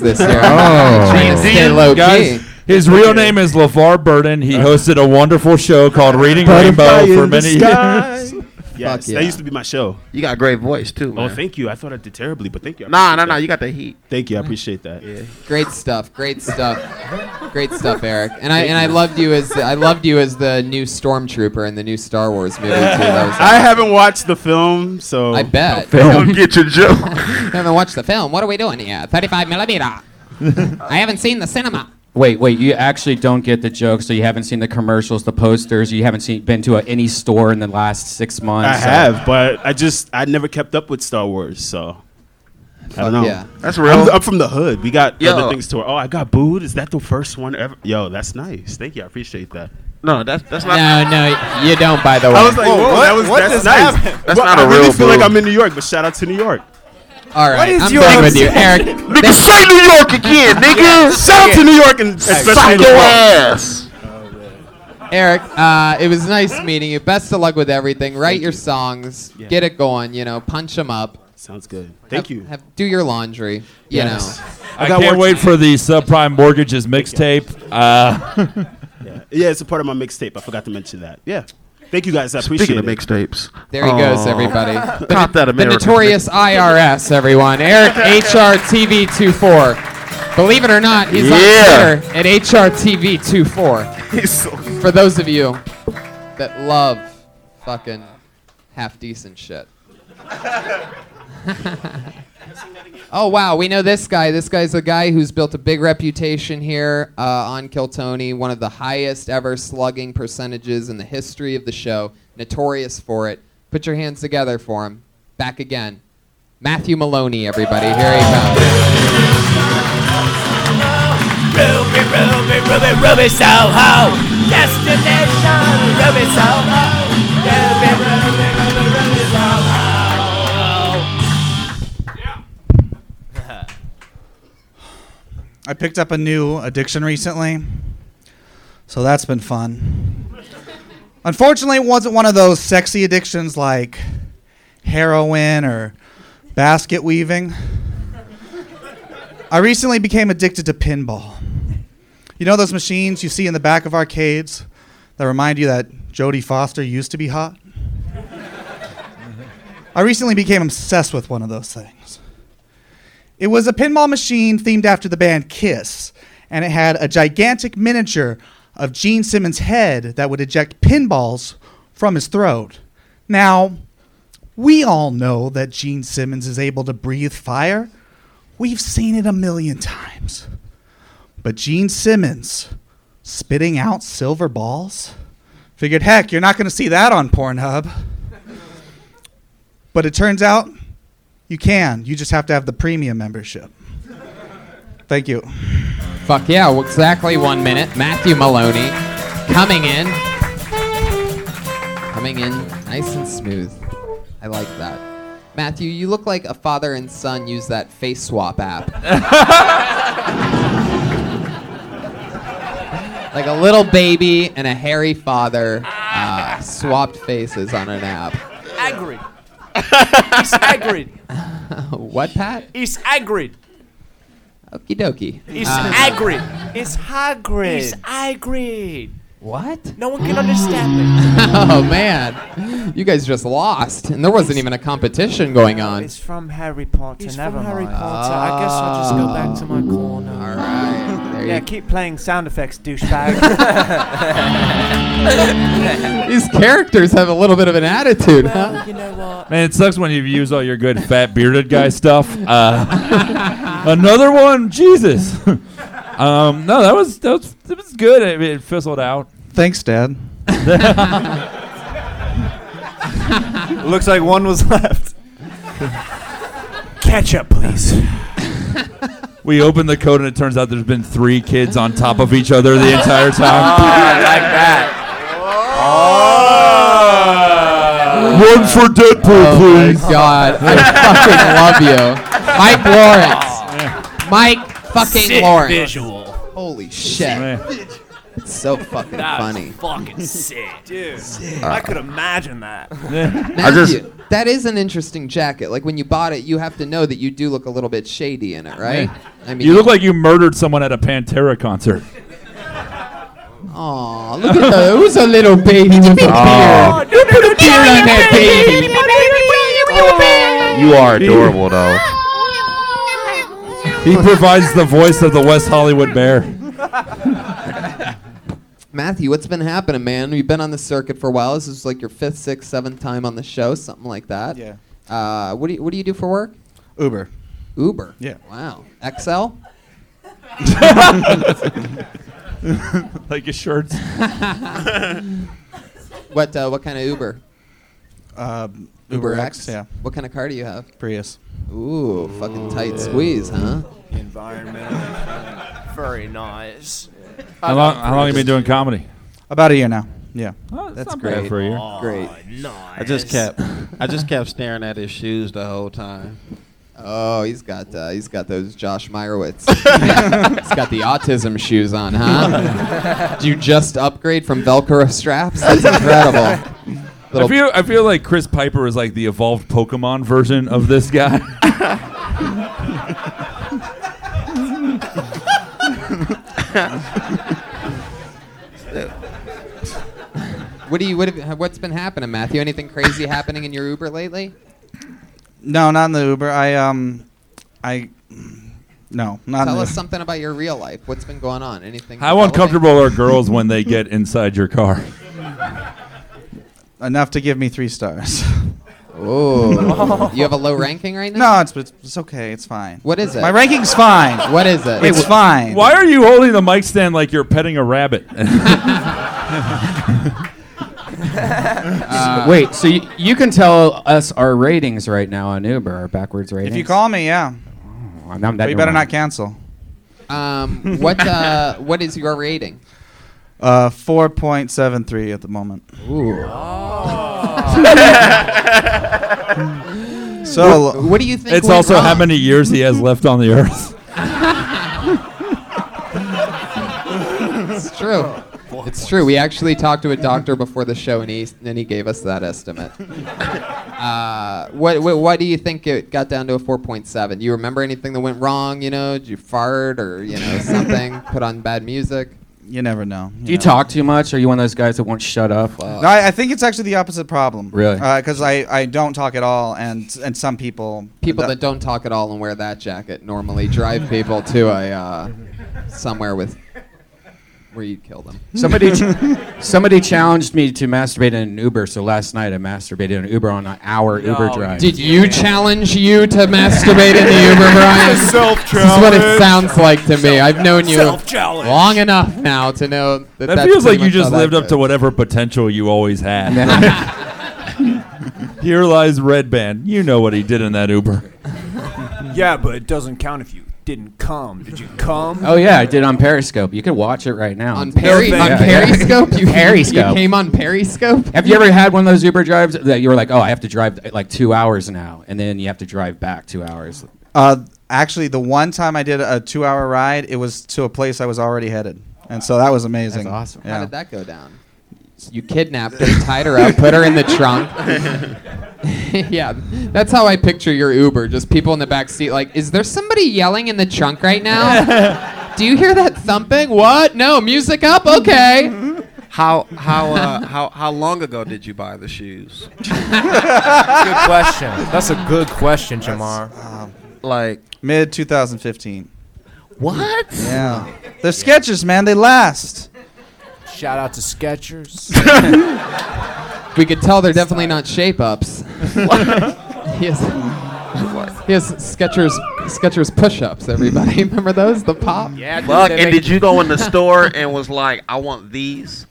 [SPEAKER 3] this year.
[SPEAKER 8] Oh.
[SPEAKER 3] Trying to stay low key.
[SPEAKER 8] Guys, his real name is LeVar Burton. He
[SPEAKER 3] Uh-huh.
[SPEAKER 8] hosted a wonderful show called Reading Rainbow for many years.
[SPEAKER 18] Yes,
[SPEAKER 7] yeah.
[SPEAKER 18] that used to be my show.
[SPEAKER 7] You got a great voice too, man.
[SPEAKER 18] Oh, thank you. I thought I did terribly, but thank you. I
[SPEAKER 7] Nah, nah,
[SPEAKER 18] appreciate
[SPEAKER 7] nah.
[SPEAKER 18] that.
[SPEAKER 7] You got the heat.
[SPEAKER 18] Thank you. I appreciate that.
[SPEAKER 3] Great stuff. Great stuff. great stuff, Eric. And I and I loved you as I loved you as the new stormtrooper in the new Star Wars movie too. That was
[SPEAKER 18] I haven't watched the film, so
[SPEAKER 3] I bet.
[SPEAKER 18] Film,
[SPEAKER 7] get your joke.
[SPEAKER 3] haven't watched the film. What are we doing here? 35 millimeter. I haven't seen the cinema.
[SPEAKER 6] Wait, wait! You actually don't get the joke, so you haven't seen the commercials, the posters. You haven't seen been to a, any store in the last six months.
[SPEAKER 18] I
[SPEAKER 6] so-
[SPEAKER 18] have, but I just I never kept up with Star Wars, so I
[SPEAKER 6] Fuck
[SPEAKER 18] don't know.
[SPEAKER 6] yeah. That's
[SPEAKER 18] I'm-
[SPEAKER 6] real.
[SPEAKER 18] I'm, from the hood. We got
[SPEAKER 7] Yo.
[SPEAKER 18] other things to. Oh, I got booed. Is that the first one ever? Yo, that's nice. Thank you. I appreciate that.
[SPEAKER 7] No, that's that's not.
[SPEAKER 3] No, no, you don't. By the way,
[SPEAKER 18] I was like, whoa,
[SPEAKER 7] what-
[SPEAKER 18] that was
[SPEAKER 7] what
[SPEAKER 18] that's
[SPEAKER 7] just
[SPEAKER 18] nice.
[SPEAKER 7] happened? That's
[SPEAKER 18] Well,
[SPEAKER 7] not
[SPEAKER 18] I
[SPEAKER 7] a
[SPEAKER 18] really
[SPEAKER 7] real
[SPEAKER 18] feel
[SPEAKER 7] boo.
[SPEAKER 18] like I'm in New York, but shout out to New York.
[SPEAKER 3] All right,
[SPEAKER 18] is
[SPEAKER 3] I'm
[SPEAKER 18] your-
[SPEAKER 3] done with you, Eric.
[SPEAKER 7] Nigga, say New York again, nigga.
[SPEAKER 18] Shout out to New York and
[SPEAKER 7] Suck
[SPEAKER 18] especially the
[SPEAKER 7] your
[SPEAKER 18] Bronx.
[SPEAKER 7] ass.
[SPEAKER 3] Eric, uh, it was nice meeting you. Best of luck with everything. Write your songs. Get it going. You know, punch them up.
[SPEAKER 18] Sounds good. Thank
[SPEAKER 3] you. Have, do your laundry. You
[SPEAKER 18] Yes.
[SPEAKER 3] know.
[SPEAKER 8] I, can't wait for the subprime mortgages mixtape. Uh,
[SPEAKER 18] Yeah. yeah, it's a part of my mixtape. I forgot to mention that. Yeah. Thank you guys. I appreciate
[SPEAKER 7] Speaking of
[SPEAKER 18] it.
[SPEAKER 7] mixtapes,
[SPEAKER 3] There he goes, everybody. The-
[SPEAKER 7] Cop that
[SPEAKER 3] The
[SPEAKER 7] American.
[SPEAKER 3] notorious IRS, everyone. Eric HRTV24. Believe it or not, he's
[SPEAKER 7] Yeah.
[SPEAKER 3] on Twitter at HRTV24. For those of you that love fucking half decent shit. Oh wow, we know this guy. This guy's a guy who's built a big reputation here uh, on Kiltony, one of the highest ever slugging percentages in the history of the show. Notorious for it. Put your hands together for him. Back again, Matthew Maloney, everybody. Here he comes.
[SPEAKER 19] Ruby, Ruby, Ruby, Ruby Soho. Destination Ruby Soho. Ruby, Ruby, Ruby, Ruby Soho.
[SPEAKER 20] I picked up a new addiction recently, so that's been fun. Unfortunately, it wasn't one of those sexy addictions like heroin or basket weaving. I recently became addicted to pinball. You know those machines you see in the back of arcades that remind you that Jodie Foster used to be hot? I recently became obsessed with one of those things. It was a pinball machine themed after the band Kiss, and it had a gigantic miniature of Gene Simmons' head that would eject pinballs from his throat. Now, we all know that Gene Simmons is able to breathe fire. We've seen it a million times. But Gene Simmons spitting out silver balls? Figured, heck, you're not going to see that on Pornhub. But it turns out you can. You just have to have the premium membership. Thank you.
[SPEAKER 3] Fuck yeah! well, Exactly one minute. Matthew Maloney, coming in, coming in, nice and smooth. I like that. Matthew, you look like a father and son use that face swap app. like a little baby and a hairy father uh, swapped faces on an app.
[SPEAKER 19] Agrid. It's Agrid.
[SPEAKER 3] what, Pat?
[SPEAKER 19] It's Agrid.
[SPEAKER 3] Okie dokie.
[SPEAKER 19] It's
[SPEAKER 8] Ah.
[SPEAKER 3] Uh,
[SPEAKER 19] Agrid. It's Hagrid. It's Agrid.
[SPEAKER 3] What?
[SPEAKER 19] No one can understand me.
[SPEAKER 3] oh man, you guys just lost, and there wasn't even a competition going on.
[SPEAKER 21] It's from Harry Potter.
[SPEAKER 19] It's
[SPEAKER 21] never
[SPEAKER 19] from Harry
[SPEAKER 21] mind.
[SPEAKER 19] Potter. I guess I'll just go back to my corner. All
[SPEAKER 3] right.
[SPEAKER 21] yeah, keep playing sound effects, douchebag.
[SPEAKER 3] These characters have a little bit of an attitude, huh?
[SPEAKER 8] man, it sucks when you use all your good fat bearded guy stuff. Uh, another one, Jesus. um, no, that was that was, that was good. It, it fizzled out.
[SPEAKER 20] Thanks, Dad.
[SPEAKER 15] Looks like one was left.
[SPEAKER 21] Ketchup, please.
[SPEAKER 8] We opened the code and it turns out there's been three kids on top of each other the
[SPEAKER 3] Oh,
[SPEAKER 8] entire time.
[SPEAKER 19] Ah. I like that.
[SPEAKER 3] One for Deadpool, please. God, I fucking love you, Mike Lawrence. Mike fucking
[SPEAKER 19] Sick
[SPEAKER 3] Lawrence.
[SPEAKER 19] visual.
[SPEAKER 3] Holy shit. It's so fucking
[SPEAKER 19] That was
[SPEAKER 3] funny.
[SPEAKER 19] fucking sick,
[SPEAKER 21] dude.
[SPEAKER 3] Uh.
[SPEAKER 21] I could imagine that.
[SPEAKER 3] Matthew, that is an interesting jacket. Like when you bought it, you have to know that you do look a little bit shady in it, right? I mean,
[SPEAKER 8] you look like you murdered someone at a Pantera concert.
[SPEAKER 3] Aw, look at those a little baby with a beard.
[SPEAKER 8] Aw.
[SPEAKER 3] You put a beard on that baby. Oh.
[SPEAKER 8] You are adorable, though. he provides the voice of the West Hollywood Bear.
[SPEAKER 3] Matthew, what's been happening, man? You've been on the circuit for a while. This is like your fifth, sixth, seventh time on the show, something like that.
[SPEAKER 20] Yeah.
[SPEAKER 3] Uh, what do you What do you do for work?
[SPEAKER 20] Uber.
[SPEAKER 3] Uber.
[SPEAKER 20] Yeah.
[SPEAKER 3] Wow. Excel.
[SPEAKER 8] like your shirts.
[SPEAKER 3] what uh, What kind of Uber?
[SPEAKER 20] Um, Uber X, yeah.
[SPEAKER 3] What kind of car do you have?
[SPEAKER 20] Prius.
[SPEAKER 3] Ooh, fucking tight squeeze, huh?
[SPEAKER 19] Environmental. Very nice.
[SPEAKER 8] How long, how long you been doing comedy? Oh,
[SPEAKER 20] About a year now. Yeah.
[SPEAKER 8] That's great. for a year.
[SPEAKER 3] Great.
[SPEAKER 13] I just kept, I just kept staring at his shoes the whole time.
[SPEAKER 3] Oh, he's got uh, he's got those Josh Meyerowitz. he's got the autism shoes on, huh? Did you just upgrade from Velcro straps? That's incredible.
[SPEAKER 8] I
[SPEAKER 3] Little-
[SPEAKER 8] feel, I feel like Chris Piper is like the evolved Pokemon version of this guy.
[SPEAKER 3] what do you what have, what's been happening, Matthew? Anything crazy happening in your Uber lately?
[SPEAKER 20] No, not in the Uber. I um, I no, not in
[SPEAKER 3] Tell
[SPEAKER 20] the
[SPEAKER 3] us something about your real life. What's been going on? Anything?
[SPEAKER 8] how uncomfortable are girls when they get inside your car?
[SPEAKER 20] enough to give me three stars.
[SPEAKER 3] Oh, you have a low ranking right now.
[SPEAKER 20] No, it's it's, it's okay. It's fine.
[SPEAKER 3] What is it?
[SPEAKER 20] My ranking's fine.
[SPEAKER 3] What is it?
[SPEAKER 20] It's fine.
[SPEAKER 8] Why are you holding the mic stand like you're petting a rabbit?
[SPEAKER 3] Uh,
[SPEAKER 6] Wait, so you, you can tell us our ratings right now on Uber, our backwards ratings.
[SPEAKER 20] If you call me, yeah.
[SPEAKER 6] I'm- I'm-
[SPEAKER 20] But you better not cancel.
[SPEAKER 3] Um, what uh, what is your rating?
[SPEAKER 20] Uh, four point seven three at the moment.
[SPEAKER 3] Ooh.
[SPEAKER 9] Oh.
[SPEAKER 20] So
[SPEAKER 3] What- what do you think
[SPEAKER 8] It's
[SPEAKER 3] went
[SPEAKER 8] also how
[SPEAKER 3] wrong?
[SPEAKER 8] many years he has left on the earth.
[SPEAKER 3] It's true. It's true. We actually talked to a doctor before the show, and he and he gave us that estimate. Uh, what, what why do you think it got down to a 4.7? You remember anything that went wrong? You know, did you fart or you know something? Put on bad music?
[SPEAKER 20] You never know.
[SPEAKER 6] Do you talk too much? Are you one of those guys that won't shut up?
[SPEAKER 20] No, I, I think it's actually the opposite problem. Uh,
[SPEAKER 6] Really?
[SPEAKER 20] Because I, I don't talk at all, and and some people
[SPEAKER 3] People that don't talk at all and wear that jacket normally drive people to a uh, somewhere with where you'd kill them.
[SPEAKER 6] Somebody, somebody challenged me to masturbate in an Uber. So last night I masturbated in an Uber on an hour Uber drive.
[SPEAKER 3] Did you challenge you to masturbate in the Uber, Brian?
[SPEAKER 6] It's a
[SPEAKER 3] This is what it
[SPEAKER 6] self-challenge.
[SPEAKER 3] sounds like to me. I've known you
[SPEAKER 6] Self-challenge.
[SPEAKER 3] long enough now to know that.
[SPEAKER 8] That
[SPEAKER 3] that's
[SPEAKER 8] feels like
[SPEAKER 3] pretty
[SPEAKER 8] you
[SPEAKER 3] much
[SPEAKER 8] just
[SPEAKER 3] how that
[SPEAKER 8] lived up
[SPEAKER 3] goes.
[SPEAKER 8] to whatever potential you always had. Here lies Red Band. You know what he did in that Uber.
[SPEAKER 15] yeah, but it doesn't count if you didn't come. Did you come?
[SPEAKER 6] Oh yeah, I did on Periscope. You can watch it right now.
[SPEAKER 3] On, Peri-
[SPEAKER 6] Yeah,
[SPEAKER 3] on
[SPEAKER 6] yeah.
[SPEAKER 3] Periscope? You,
[SPEAKER 6] Periscope.
[SPEAKER 3] You came on Periscope?
[SPEAKER 6] have you ever had one of those Uber drives that you were like, oh, I have to drive like two hours now, and then you have to drive back two hours?
[SPEAKER 20] Uh, actually, the one time I did a two-hour ride, it was to a place I was already headed, and so that was amazing.
[SPEAKER 3] That's awesome. How
[SPEAKER 20] Yeah.
[SPEAKER 3] did that go down? You kidnapped her, tied her up, put her in the trunk. yeah, that's how I picture your Uber. Just people in the back seat, like, is there somebody yelling in the trunk right now? Do you hear that thumping? What? No, music up? Okay.
[SPEAKER 13] How how uh, how how long ago did you buy the shoes?
[SPEAKER 9] good question. That's a good question, Jamar.
[SPEAKER 13] like
[SPEAKER 20] um, mid 2015.
[SPEAKER 13] What?
[SPEAKER 20] Yeah, they're sketches, man. They last.
[SPEAKER 9] Shout out to Skechers.
[SPEAKER 3] we could tell they're definitely not shape ups. he has, he has Skechers, Skechers push ups, everybody. Remember those? The pop?
[SPEAKER 13] Yeah. Fuck. And did you go in the store and was like, I want these?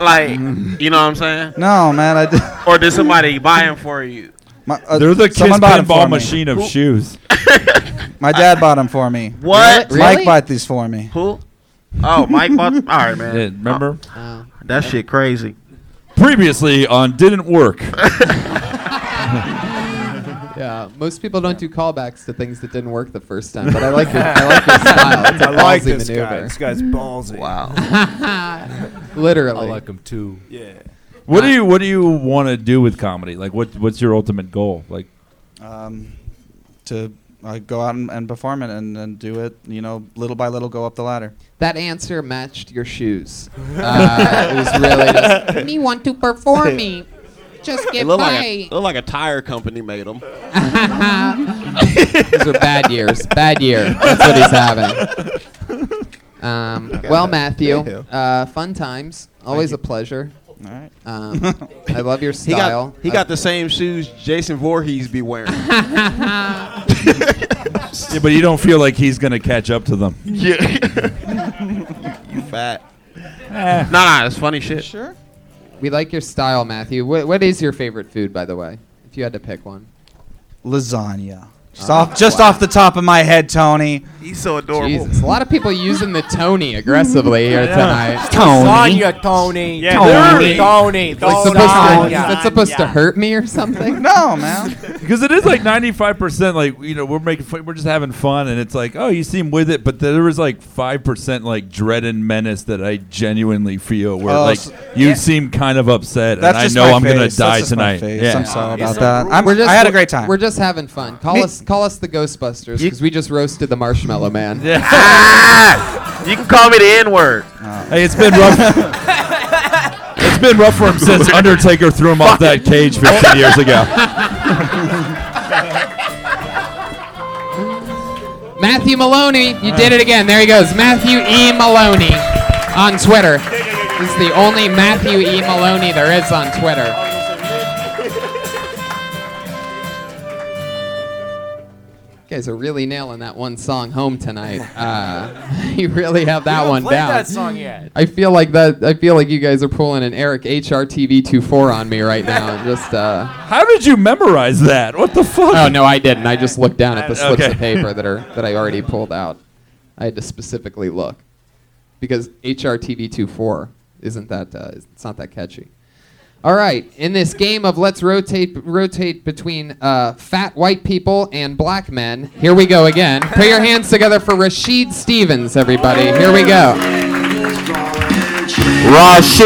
[SPEAKER 13] like, you know what I'm saying?
[SPEAKER 20] No, man. I did.
[SPEAKER 13] Or did somebody buy them for you?
[SPEAKER 20] My, uh,
[SPEAKER 8] They're the
[SPEAKER 20] someone
[SPEAKER 8] kiss
[SPEAKER 20] bought 'em for
[SPEAKER 8] pinball
[SPEAKER 20] me.
[SPEAKER 8] machine of shoes.
[SPEAKER 20] My dad bought them for me.
[SPEAKER 13] What?
[SPEAKER 20] Mike
[SPEAKER 13] Really?
[SPEAKER 20] bought these for me.
[SPEAKER 13] Who? Oh, Mike bought. All right, man.
[SPEAKER 8] Yeah, remember?
[SPEAKER 13] That shit crazy.
[SPEAKER 8] Previously on Didn't Work.
[SPEAKER 3] Yeah, most people don't do callbacks to things that didn't work the first time, but I like your, I like your style. It's a
[SPEAKER 21] I like
[SPEAKER 3] ballsy
[SPEAKER 21] this
[SPEAKER 3] maneuver.
[SPEAKER 21] guy. This guy's ballsy.
[SPEAKER 3] Wow. Literally.
[SPEAKER 9] I like him too.
[SPEAKER 21] Yeah.
[SPEAKER 8] What do you What do you want to do with comedy? Like, what What's your ultimate goal? Like,
[SPEAKER 20] um, to uh, go out and, and perform it and, and do it, you know, little by little, go up the ladder.
[SPEAKER 3] That answer matched your shoes. Uh, it was really just,
[SPEAKER 20] Me want to perform me.
[SPEAKER 3] Just
[SPEAKER 13] It
[SPEAKER 3] get
[SPEAKER 13] looked like,
[SPEAKER 3] by.
[SPEAKER 13] a, looked like a tire company made them.
[SPEAKER 3] These are bad years. Bad year. That's what he's having. Um, well, Matthew,
[SPEAKER 13] Damn.
[SPEAKER 3] uh, fun times. Always a pleasure.
[SPEAKER 20] All right.
[SPEAKER 3] Um, I love your
[SPEAKER 13] He
[SPEAKER 3] style.
[SPEAKER 13] got, he got the same shoes Jason Voorhees be wearing.
[SPEAKER 8] yeah, but you don't feel like he's gonna catch up to them.
[SPEAKER 13] yeah. you fat. Nah, nah, it's funny shit.
[SPEAKER 3] Sure. We like your style, Matthew. What, what is your favorite food, by the way? If you had to pick one. Oh,
[SPEAKER 20] Lasagna. Just, off, just off the top of my head, Tony.
[SPEAKER 13] He's so adorable.
[SPEAKER 3] Jesus. A lot of people using the Tony aggressively here
[SPEAKER 20] Yeah.
[SPEAKER 3] tonight.
[SPEAKER 20] Tony.
[SPEAKER 19] Lasagna, Tony.
[SPEAKER 3] Yeah,
[SPEAKER 19] Tony. Tony.
[SPEAKER 3] Tony. Like supposed to-
[SPEAKER 19] Lasagna.
[SPEAKER 3] is that supposed to hurt me or something?
[SPEAKER 20] Oh, No, man.
[SPEAKER 8] Because it is like ninety five percent. Like you know, we're making fun, we're just having fun, and it's like, oh, you seem with it. But there was like five percent like dread and menace that I genuinely feel, where
[SPEAKER 20] Oh,
[SPEAKER 8] like
[SPEAKER 20] so-
[SPEAKER 8] you
[SPEAKER 20] yeah.
[SPEAKER 8] seem kind of upset,
[SPEAKER 20] That's
[SPEAKER 8] and
[SPEAKER 20] just
[SPEAKER 8] I know
[SPEAKER 20] my
[SPEAKER 8] I'm gonna
[SPEAKER 20] face.
[SPEAKER 8] die
[SPEAKER 20] That's just my
[SPEAKER 8] tonight.
[SPEAKER 20] face.
[SPEAKER 8] Yeah.
[SPEAKER 20] I'm
[SPEAKER 3] Oh,
[SPEAKER 20] sorry about that. I'm,
[SPEAKER 3] We're just-
[SPEAKER 20] I had a great time.
[SPEAKER 3] We're just having fun. Call
[SPEAKER 20] Me-
[SPEAKER 3] us, call us the Ghostbusters because we just roasted the Marshmallow Man.
[SPEAKER 13] You can call me the N word.
[SPEAKER 8] Hey, it's been rough. it's been rough for him since Undertaker threw him off that cage 15 years ago.
[SPEAKER 3] Matthew Maloney, you did it again. There he goes. Matthew E. Maloney on Twitter. He's the only Matthew E. Maloney there is on Twitter. You guys are really nailing that one song home tonight. Uh, you really have that
[SPEAKER 19] haven't
[SPEAKER 3] one
[SPEAKER 19] played
[SPEAKER 3] down.
[SPEAKER 19] that song yet.
[SPEAKER 3] I feel like that. I feel like you guys are pulling an Eric HRTV24 on me right now. and Just uh,
[SPEAKER 8] how did you memorize that? What the fuck?
[SPEAKER 3] Oh no, I didn't. I just looked down at the slips
[SPEAKER 8] Okay.
[SPEAKER 3] of paper that are that I already pulled out. I had to specifically look because HRTV24 isn't that uh, it's not that catchy. All right, in this game of let's rotate rotate between uh, fat white people and black men. Here we go again. Put your hands together for Rashid Stevens, everybody. Here we go.
[SPEAKER 5] Rashid.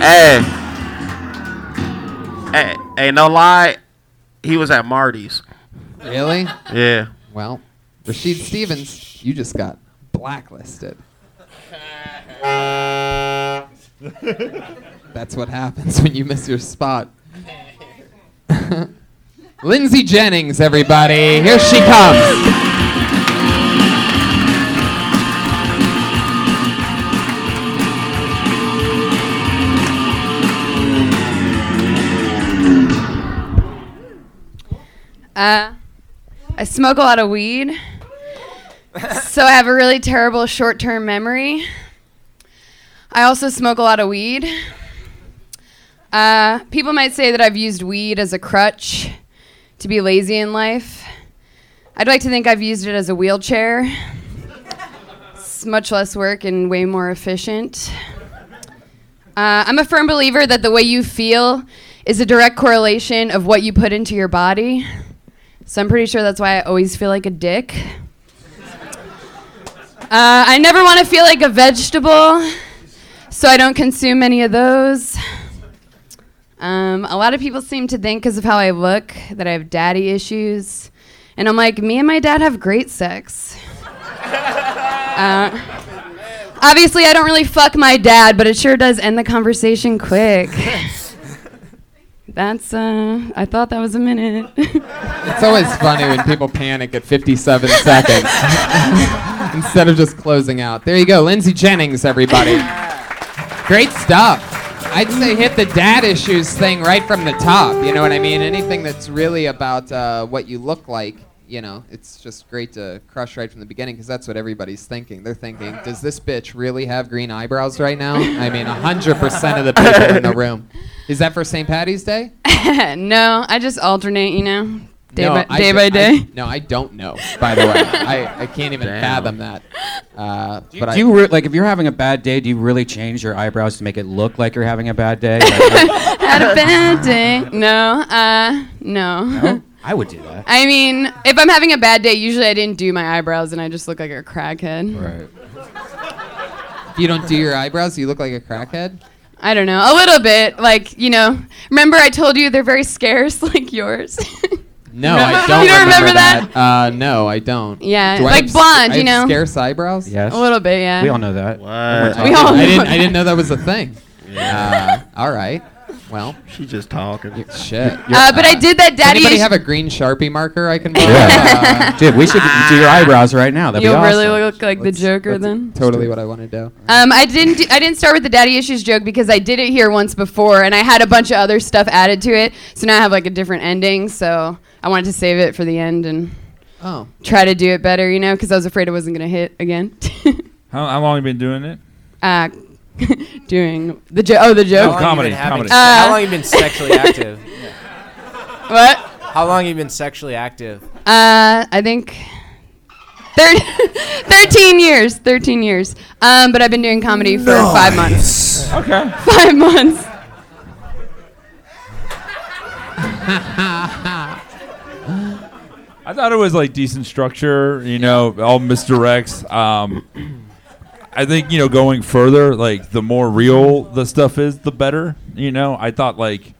[SPEAKER 13] Hey. Hey, hey, no lie. He was at Marty's.
[SPEAKER 3] Really?
[SPEAKER 13] Yeah.
[SPEAKER 3] Well, Rashid Stevens, you just got blacklisted. That's what happens when you miss your spot. Lindsay Jennings, everybody. Here she comes.
[SPEAKER 14] Uh, I smoke a lot of weed, so I have a really terrible short term memory. I also smoke a lot of weed. Uh, people might say that I've used weed as a crutch to be lazy in life. I'd like to think I've used it as a wheelchair. It's much less work and way more efficient. Uh, I'm a firm believer that the way you feel is a direct correlation of what you put into your body. So I'm pretty sure that's why I always feel like a dick. Uh, I never want to feel like a vegetable, so I don't consume any of those. Um, a lot of people seem to think, because of how I look, that I have daddy issues. And I'm like, me and my dad have great sex. uh, Obviously, I don't really fuck my dad, but it sure does end the conversation quick. That's, uh, I thought that was a minute.
[SPEAKER 3] It's always funny when people panic at 57 seconds instead of just closing out. There you go, Lindsay Jennings, everybody. Great stuff. I'd say hit the dad issues thing right from the top. You know what I mean? Anything that's really about uh, what you look like, you know, it's just great to crush right from the beginning because that's what everybody's thinking. They're thinking, does this bitch really have green eyebrows right now? I mean, 100% of the people in the room. Is that for St. Patty's Day?
[SPEAKER 14] no, I just alternate, you know, Day
[SPEAKER 3] No,
[SPEAKER 14] by
[SPEAKER 3] I d-
[SPEAKER 14] day. by
[SPEAKER 3] I-
[SPEAKER 14] day?
[SPEAKER 3] no, I don't know. By the way, I, I can't even fathom that. Uh, but I,
[SPEAKER 6] do you re- like if you're having a bad day? Do you really change your eyebrows to make it look like you're having a bad day? Like,
[SPEAKER 14] Had a bad day. No, uh, no.
[SPEAKER 6] I would do that.
[SPEAKER 14] I mean, if I'm having a bad day, usually I didn't do my eyebrows and I just look like a crackhead.
[SPEAKER 3] Right. if you don't do your eyebrows, you look like a crackhead.
[SPEAKER 14] I don't know, a little bit. Like, you know, remember I told you they're very scarce, like yours.
[SPEAKER 3] No, I
[SPEAKER 14] Remember-
[SPEAKER 3] don't.
[SPEAKER 14] you don't
[SPEAKER 3] remember,
[SPEAKER 14] remember
[SPEAKER 3] that? Uh, no, I don't.
[SPEAKER 14] Yeah,
[SPEAKER 3] Do I
[SPEAKER 14] like
[SPEAKER 3] have s-
[SPEAKER 14] blonde,
[SPEAKER 3] I
[SPEAKER 14] you
[SPEAKER 3] have
[SPEAKER 14] know?
[SPEAKER 3] Scarce eyebrows.
[SPEAKER 14] Yes. A little bit, yeah. We all know
[SPEAKER 6] that.
[SPEAKER 3] I,
[SPEAKER 14] We all
[SPEAKER 3] I
[SPEAKER 14] know
[SPEAKER 3] didn't. I
[SPEAKER 14] that.
[SPEAKER 3] didn't know that was a thing. Uh, all right. Well,
[SPEAKER 7] she just talking.
[SPEAKER 3] Shit.
[SPEAKER 14] uh, but I did that
[SPEAKER 3] Does
[SPEAKER 14] daddy
[SPEAKER 3] anybody
[SPEAKER 14] ish-
[SPEAKER 3] have a green Sharpie marker I can borrow?
[SPEAKER 6] Yeah.
[SPEAKER 3] Uh,
[SPEAKER 6] Dude, we should do your eyebrows right now. That'd
[SPEAKER 14] You'll
[SPEAKER 6] be awesome.
[SPEAKER 14] really look like the Joker then.
[SPEAKER 3] totally what I want to do.
[SPEAKER 14] Um, I didn't. Do, I didn't start with the daddy issues joke because I did it here once before, and I had a bunch of other stuff added to it. So now I have like a different ending. So I wanted to save it for the end and
[SPEAKER 3] Oh.
[SPEAKER 14] try to do it better, you know, because I was afraid it wasn't gonna hit again.
[SPEAKER 8] How, how long have you been doing it?
[SPEAKER 14] uh, doing the joke. Oh, the
[SPEAKER 8] No,
[SPEAKER 14] joke.
[SPEAKER 8] comedy,
[SPEAKER 14] Uh,
[SPEAKER 8] comedy.
[SPEAKER 9] How long you been sexually active?
[SPEAKER 14] What?
[SPEAKER 9] How long you been sexually active?
[SPEAKER 14] Uh, I think. thir- 13 years 13 years um, but i've been doing comedy for five months
[SPEAKER 8] okay
[SPEAKER 14] five months
[SPEAKER 8] I thought it was like decent structure, you know, all misdirects. Um, I think you know going further, like the more real the stuff is, the better. You know, I thought like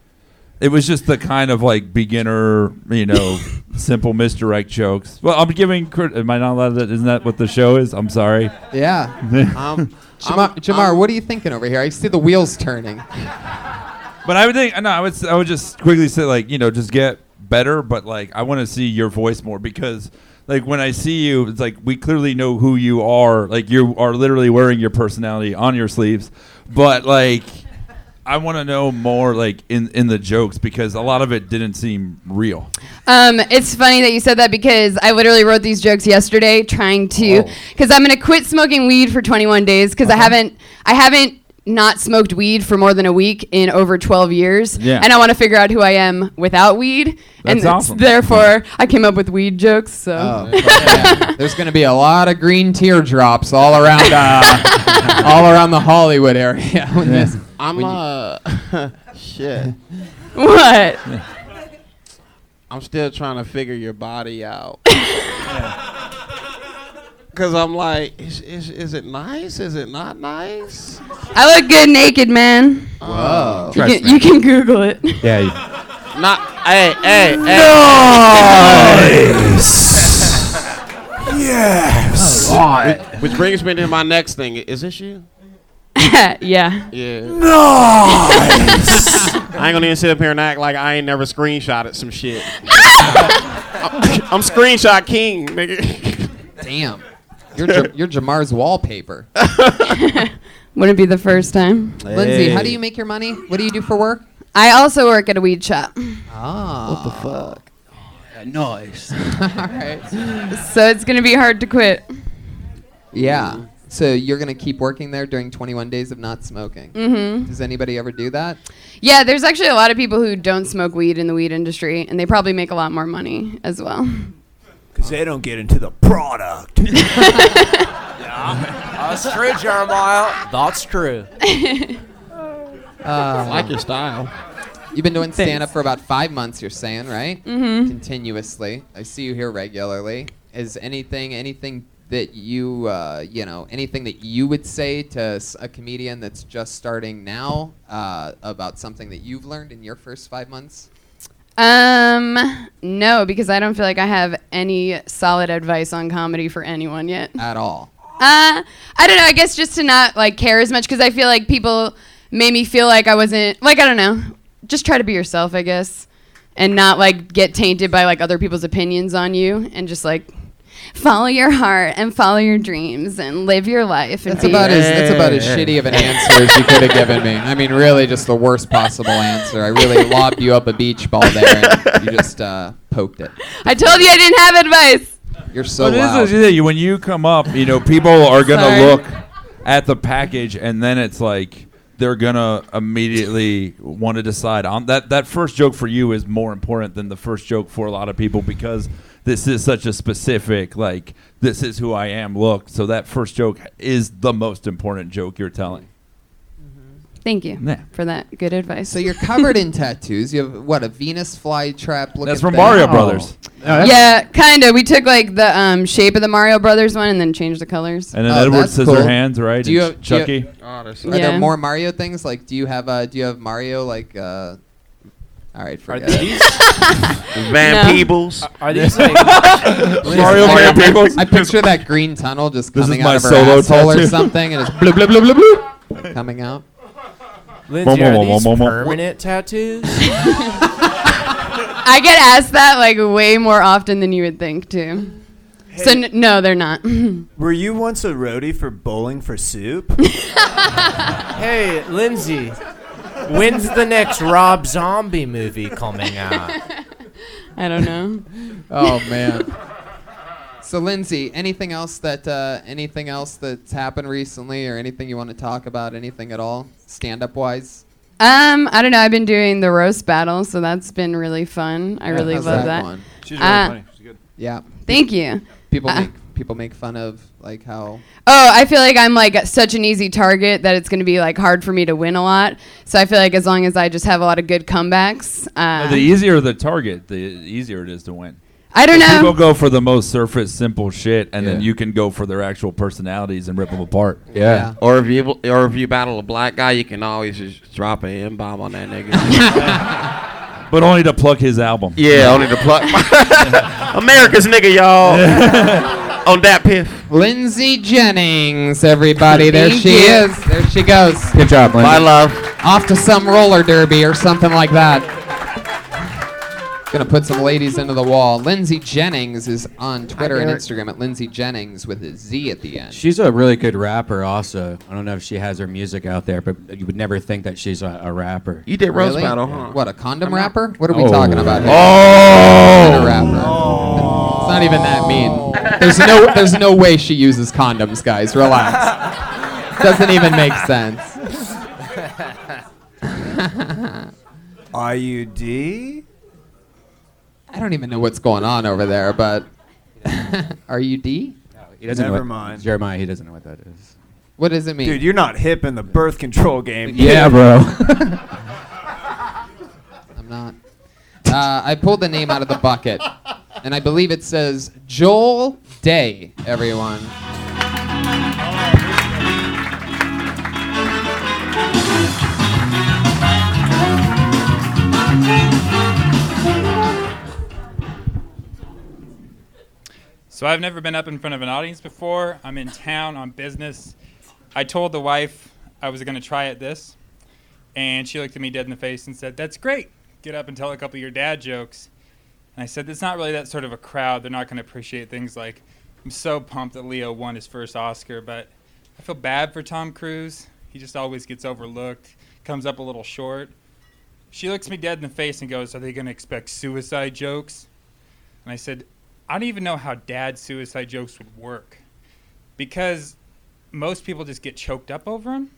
[SPEAKER 8] it was just the kind of like beginner, you know, simple misdirect jokes. Well, I'm giving. crit- Am I not allowed? That isn't that what the show is? I'm sorry.
[SPEAKER 3] Yeah. um, Jamar, Jamar what are you thinking over here? I see the wheels turning.
[SPEAKER 8] But I would think no, I would s- I would just quickly say like you know just get better, but like I want to see your voice more because like when I see you, it's like we clearly know who you are. Like you are literally wearing your personality on your sleeves, but like I want to know more like in in the jokes because a lot of it didn't seem real.
[SPEAKER 14] Um, it's funny that you said that because I literally wrote these jokes yesterday, trying to, because I'm gonna quit smoking weed for 21 days because
[SPEAKER 3] Uh-huh.
[SPEAKER 14] I haven't, I haven't not smoked weed for more than a week in over 12 years,
[SPEAKER 1] Yeah.
[SPEAKER 14] and I want to figure out who I am without weed, and
[SPEAKER 3] That's
[SPEAKER 14] it's-
[SPEAKER 3] awesome. Oh.
[SPEAKER 14] therefore I came up with weed jokes. So
[SPEAKER 3] There's going to be a lot of green teardrops all around uh, all around the Hollywood area. When this,
[SPEAKER 13] I'm
[SPEAKER 3] when
[SPEAKER 13] uh shit.
[SPEAKER 14] What?
[SPEAKER 13] I'm still trying to figure your body out. Cause I'm like, is, is, is it nice? Is it not nice?
[SPEAKER 14] I look good naked, man.
[SPEAKER 13] Whoa.
[SPEAKER 14] You
[SPEAKER 13] Trust
[SPEAKER 14] can,
[SPEAKER 13] me.
[SPEAKER 14] you can Google it.
[SPEAKER 6] Yeah. you-
[SPEAKER 13] Not
[SPEAKER 3] eh,
[SPEAKER 13] hey hey hey.
[SPEAKER 1] Nice.
[SPEAKER 13] yes.
[SPEAKER 1] Oh, Lord.
[SPEAKER 13] Which brings me to my next thing. Is this you?
[SPEAKER 14] yeah.
[SPEAKER 13] Yeah.
[SPEAKER 1] Nice.
[SPEAKER 13] I ain't gonna even sit up here and act like I ain't never screenshotted some shit. I'm screenshot king, nigga.
[SPEAKER 3] Damn. You're, Ja- you're Jamar's wallpaper.
[SPEAKER 14] Wouldn't be the first time.
[SPEAKER 3] Lindsay, how do you make your money? What do you do for work?
[SPEAKER 14] I also work at a weed shop.
[SPEAKER 3] Ah. What the
[SPEAKER 14] fuck?
[SPEAKER 10] Nice.
[SPEAKER 14] All right. So it's gonna be hard to quit.
[SPEAKER 3] Yeah. So you're going to keep working there during 21 days of not smoking.
[SPEAKER 14] Mhm.
[SPEAKER 3] Does anybody ever do that?
[SPEAKER 14] Yeah, there's actually a lot of people who don't smoke weed in the weed industry, and they probably make a lot more money as well.
[SPEAKER 21] Because they don't get into the product.
[SPEAKER 9] That's true, Jeremiah. That's true.
[SPEAKER 3] Uh,
[SPEAKER 13] I like your style.
[SPEAKER 3] You've been doing
[SPEAKER 9] Thanks.
[SPEAKER 3] stand up for about five months, you're saying, right?
[SPEAKER 14] Mhm.
[SPEAKER 3] Continuously. I see you here regularly. Is anything, anything that you, uh, you know, anything that you would say to s- a comedian that's just starting now uh, about something that you've learned in your first five months?
[SPEAKER 14] Um, no, because I don't feel like I have any solid advice on comedy for anyone yet.
[SPEAKER 3] At all.
[SPEAKER 14] Uh, I don't know. I guess just to not like care as much because I feel like people made me feel like I wasn't like I don't know. Just try to be yourself, I guess, and not like get tainted by like other people's opinions on you, and just like follow your heart and follow your dreams and live your life. And
[SPEAKER 3] That's about as that's about as
[SPEAKER 14] Yeah.
[SPEAKER 3] shitty of an answer as you could have given me. I mean, really, just the worst possible answer. I really lobbed you up a beach ball there, and you just uh, poked it.
[SPEAKER 14] I told you I didn't have advice.
[SPEAKER 3] You're so
[SPEAKER 8] But it is
[SPEAKER 3] loud.
[SPEAKER 8] a- yeah, when you come up, you know, people are gonna
[SPEAKER 14] Sorry.
[SPEAKER 8] look at the package, and then it's like they're gonna immediately want to decide on that. That first joke for you is more important than the first joke for a lot of people because this is such a specific like this is who I am look. So that first joke is the most important joke you're telling.
[SPEAKER 14] Thank you
[SPEAKER 8] Yeah.
[SPEAKER 14] for that good advice.
[SPEAKER 3] So you're covered in tattoos. You have what a Venus flytrap looking.
[SPEAKER 8] That's from
[SPEAKER 3] thing.
[SPEAKER 8] Mario Brothers.
[SPEAKER 14] yeah, kind of. We took like the um, shape of the Mario Brothers one and then changed the colors.
[SPEAKER 8] And then
[SPEAKER 3] Oh,
[SPEAKER 8] Edward
[SPEAKER 3] that's cool.
[SPEAKER 8] Scissorhands, right?
[SPEAKER 3] Do you
[SPEAKER 8] and
[SPEAKER 3] have, do you-
[SPEAKER 8] Chucky.
[SPEAKER 3] Are
[SPEAKER 14] Yeah.
[SPEAKER 3] there more Mario things? Like, do you have uh, do you have Mario like? Uh, all right, forget
[SPEAKER 9] these-
[SPEAKER 3] it.
[SPEAKER 9] Van No. Peebles? Are- are these, like-
[SPEAKER 3] Mario
[SPEAKER 9] Van Peebles?
[SPEAKER 3] I picture that green tunnel just
[SPEAKER 8] This is
[SPEAKER 3] coming
[SPEAKER 8] my
[SPEAKER 3] out of her
[SPEAKER 8] solo
[SPEAKER 3] asshole or
[SPEAKER 8] tattoo.
[SPEAKER 3] something, and it's blub blub blub blub blub coming out.
[SPEAKER 8] Lindsay, are Whoa, whoa, whoa, these whoa, whoa.
[SPEAKER 9] permanent tattoos?
[SPEAKER 14] I get asked that like way more often than you would think, too. So n- no, they're not. Um,
[SPEAKER 15] Were you once a roadie for bowling for soup?
[SPEAKER 9] hey, Lindsay, when's the next Rob Zombie movie coming out?
[SPEAKER 14] I don't know.
[SPEAKER 3] Oh man. So Lindsay, anything else that uh, anything else that's happened recently, or anything you want to talk about, anything at all, stand up wise?
[SPEAKER 14] Um, I don't know. I've been doing the roast battle, so that's been really fun. I
[SPEAKER 3] Yeah,
[SPEAKER 14] really
[SPEAKER 3] how's
[SPEAKER 14] love
[SPEAKER 3] that
[SPEAKER 14] that.
[SPEAKER 3] going?
[SPEAKER 14] She's really Uh, funny.
[SPEAKER 3] She's good. Yeah.
[SPEAKER 14] Thank you.
[SPEAKER 3] People
[SPEAKER 14] Uh,
[SPEAKER 3] make people make fun of like how
[SPEAKER 14] Oh, I feel like I'm like such an easy target that it's going to be like hard for me to win a lot. So I feel like as long as I just have a lot of good comebacks, uh,
[SPEAKER 8] the easier the target, the easier it is to win.
[SPEAKER 14] I don't
[SPEAKER 8] If
[SPEAKER 14] know.
[SPEAKER 8] People go for the most surface, simple shit, and then you can go for their actual personalities and rip them apart.
[SPEAKER 13] Or if you or if you battle a black guy, you can always just drop an M bomb on that nigga.
[SPEAKER 8] But only to pluck his album.
[SPEAKER 13] yeah, only the pluck. America's nigga, y'all. on that piff.
[SPEAKER 3] Lindsay Jennings, everybody. There
[SPEAKER 13] Thank
[SPEAKER 3] she
[SPEAKER 13] you.
[SPEAKER 3] is. There she goes.
[SPEAKER 6] Good job, Lindsay. Bye,
[SPEAKER 13] love.
[SPEAKER 3] Off to some roller derby or something like that. Gonna put some ladies into the wall. Lindsay Jennings is on Twitter and
[SPEAKER 6] Eric.
[SPEAKER 3] Instagram at Lindsay Jennings with a Z at the end.
[SPEAKER 6] She's a really good rapper, also. I don't know if she has her music out there, but you would never think that she's a, a rapper.
[SPEAKER 13] You did roast
[SPEAKER 3] Really?
[SPEAKER 13] battle, huh?
[SPEAKER 3] What, a condom rapper? What are we
[SPEAKER 6] Oh.
[SPEAKER 3] talking about here?
[SPEAKER 6] Oh.
[SPEAKER 3] Not a rapper. It's not even that mean. There's no, there's no way she uses condoms, guys. Relax. Doesn't even make sense.
[SPEAKER 15] IUD?
[SPEAKER 3] I don't even know what's going on over there, but are you D?
[SPEAKER 6] He doesn't know
[SPEAKER 15] Never
[SPEAKER 6] what-
[SPEAKER 15] mind.
[SPEAKER 6] Jeremiah, he doesn't know what that is.
[SPEAKER 3] What does it mean?
[SPEAKER 15] Dude, you're not hip in the birth control game.
[SPEAKER 6] Yeah, bro.
[SPEAKER 3] I'm not. Uh, I pulled the name out of the bucket, and I believe it says Joel Day. Everyone.
[SPEAKER 2] So I've never been up in front of an audience before. I'm in town on business. I told the wife I was going to try at this, and she looked at me dead in the face and said, "That's great. Get up and tell a couple of your dad jokes." And I said, "It's not really that sort of a crowd. They're not going to appreciate things like I'm so pumped that Leo won his first Oscar, but I feel bad for Tom Cruise. He just always gets overlooked, comes up a little short." She looks me dead in the face and goes, "Are they going to expect suicide jokes?" And I said, I don't even know how dad suicide jokes would work because most people just get choked up over them.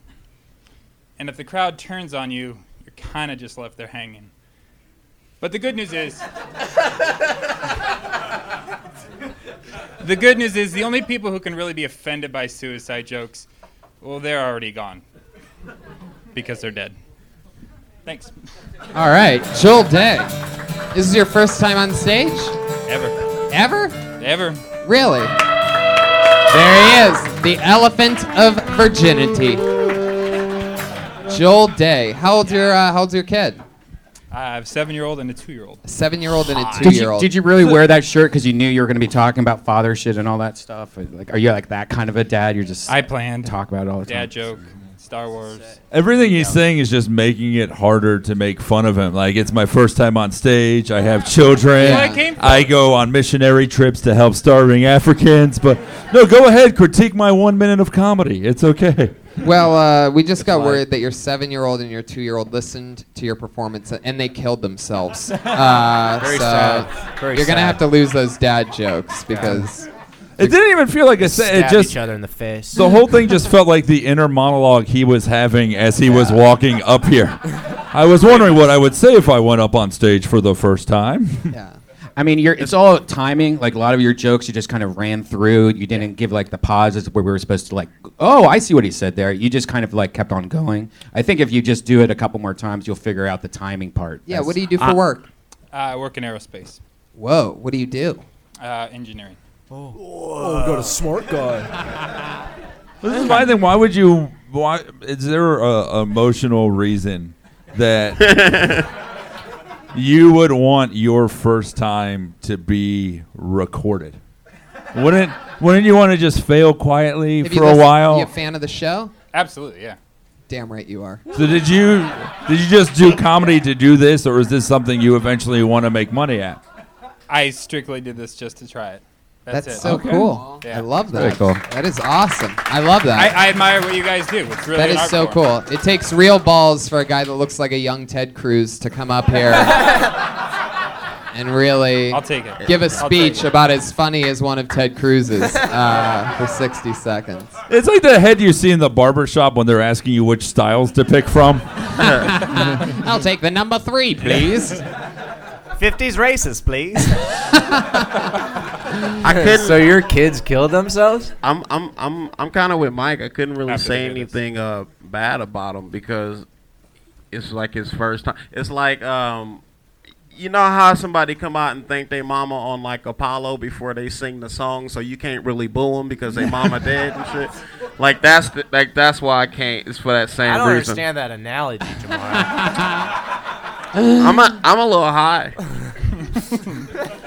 [SPEAKER 2] And if the crowd turns on you, you're kind of just left there hanging. But the good news is the good news is the only people who can really be offended by suicide jokes, well, they're already gone because they're dead. Thanks.
[SPEAKER 3] All right, Joel Day. This is your first time on stage?
[SPEAKER 2] Ever.
[SPEAKER 3] Ever?
[SPEAKER 2] Ever.
[SPEAKER 3] Really? There he is, the elephant of virginity. Joel Day. How old's your uh, How old's your kid?
[SPEAKER 2] I have a seven year old and a two year old.
[SPEAKER 3] Seven year old and a two
[SPEAKER 6] Did
[SPEAKER 3] year
[SPEAKER 6] you,
[SPEAKER 3] old.
[SPEAKER 6] did you really wear that shirt because you knew you were going to be talking about father shit and all that stuff? Or, Like, are you like that kind of a dad? You're just
[SPEAKER 2] I planned
[SPEAKER 6] talk about it all the time.
[SPEAKER 2] Dad joke. Star Wars.
[SPEAKER 8] Everything he's saying is just making it harder to make fun of him. Like it's my first time on stage. I have children.
[SPEAKER 2] Yeah. Where it came from.
[SPEAKER 8] I go on missionary trips to help starving Africans. But no, go ahead, critique my one minute of comedy. It's okay.
[SPEAKER 3] Well, uh, we just got word that your seven-year-old and your two-year-old listened to your performance and they killed themselves. Uh,
[SPEAKER 6] Very
[SPEAKER 3] so
[SPEAKER 6] sad. Very
[SPEAKER 3] you're gonna
[SPEAKER 6] sad.
[SPEAKER 3] have to lose those dad jokes because
[SPEAKER 8] It didn't even feel like a set. It
[SPEAKER 9] Stab
[SPEAKER 8] just
[SPEAKER 9] each other in the face.
[SPEAKER 8] The whole thing just felt like the inner monologue he was having as he was walking up here. I was wondering what I would say if I went up on stage for the first time.
[SPEAKER 6] I mean, you're, it's all timing. Like a lot of your jokes, you just kind of ran through. You didn't give like the pauses where we were supposed to like, oh, I see what he said there. You just kind of like kept on going. I think if you just do it a couple more times, you'll figure out the timing part.
[SPEAKER 3] Yeah,
[SPEAKER 6] That's-
[SPEAKER 3] what do you do for
[SPEAKER 6] I-
[SPEAKER 3] work?
[SPEAKER 1] Uh, I work in aerospace,
[SPEAKER 3] Whoa, what do you do?
[SPEAKER 1] uh, engineering. Oh,
[SPEAKER 2] Oh, we got a smart guy.
[SPEAKER 8] This is my thing. Why would you? Why is there a emotional reason that you would want your first time to be recorded? Wouldn't Wouldn't you want to just fail quietly
[SPEAKER 3] Have you
[SPEAKER 8] for a
[SPEAKER 3] listened-
[SPEAKER 8] while?
[SPEAKER 3] You a fan of the show?
[SPEAKER 1] Absolutely, yeah.
[SPEAKER 3] Damn right you are.
[SPEAKER 8] So did you did you just do comedy to do this, or is this something you eventually want to make money at?
[SPEAKER 1] I strictly did this just to try it. That's,
[SPEAKER 3] That's
[SPEAKER 1] it.
[SPEAKER 3] so cool. I love that.
[SPEAKER 8] Very cool.
[SPEAKER 3] That is awesome. I love
[SPEAKER 1] I,
[SPEAKER 3] that.
[SPEAKER 1] I admire what you guys do. It's really
[SPEAKER 3] that
[SPEAKER 1] an
[SPEAKER 3] is
[SPEAKER 1] art
[SPEAKER 3] so
[SPEAKER 1] form.
[SPEAKER 3] cool. It takes real balls for a guy that looks like a young Ted Cruz to come up here and really
[SPEAKER 1] I'll take it.
[SPEAKER 3] give a
[SPEAKER 1] I'll take
[SPEAKER 3] speech about as funny as one of Ted Cruz's uh, for 60 seconds.
[SPEAKER 8] It's like the head you see in the barber shop when they're asking you which styles to pick from.
[SPEAKER 3] I'll take the number three, please.
[SPEAKER 2] 50s races, please.
[SPEAKER 13] I couldn't.
[SPEAKER 9] So your kids killed themselves?
[SPEAKER 13] I'm I'm I'm I'm kind of with Mike. I couldn't really
[SPEAKER 9] After
[SPEAKER 13] say
[SPEAKER 9] they did
[SPEAKER 13] anything uh, bad about him because it's like his first time. It's like um, you know how somebody come out and thank their mama on like Apollo before they sing the song, so you can't really boo them because their mama dead and shit. Like that's the, like that's why I can't. It's for that same
[SPEAKER 9] I don't
[SPEAKER 13] reason.
[SPEAKER 9] understand that analogy, Jamar.
[SPEAKER 13] I'm a, I'm a little high.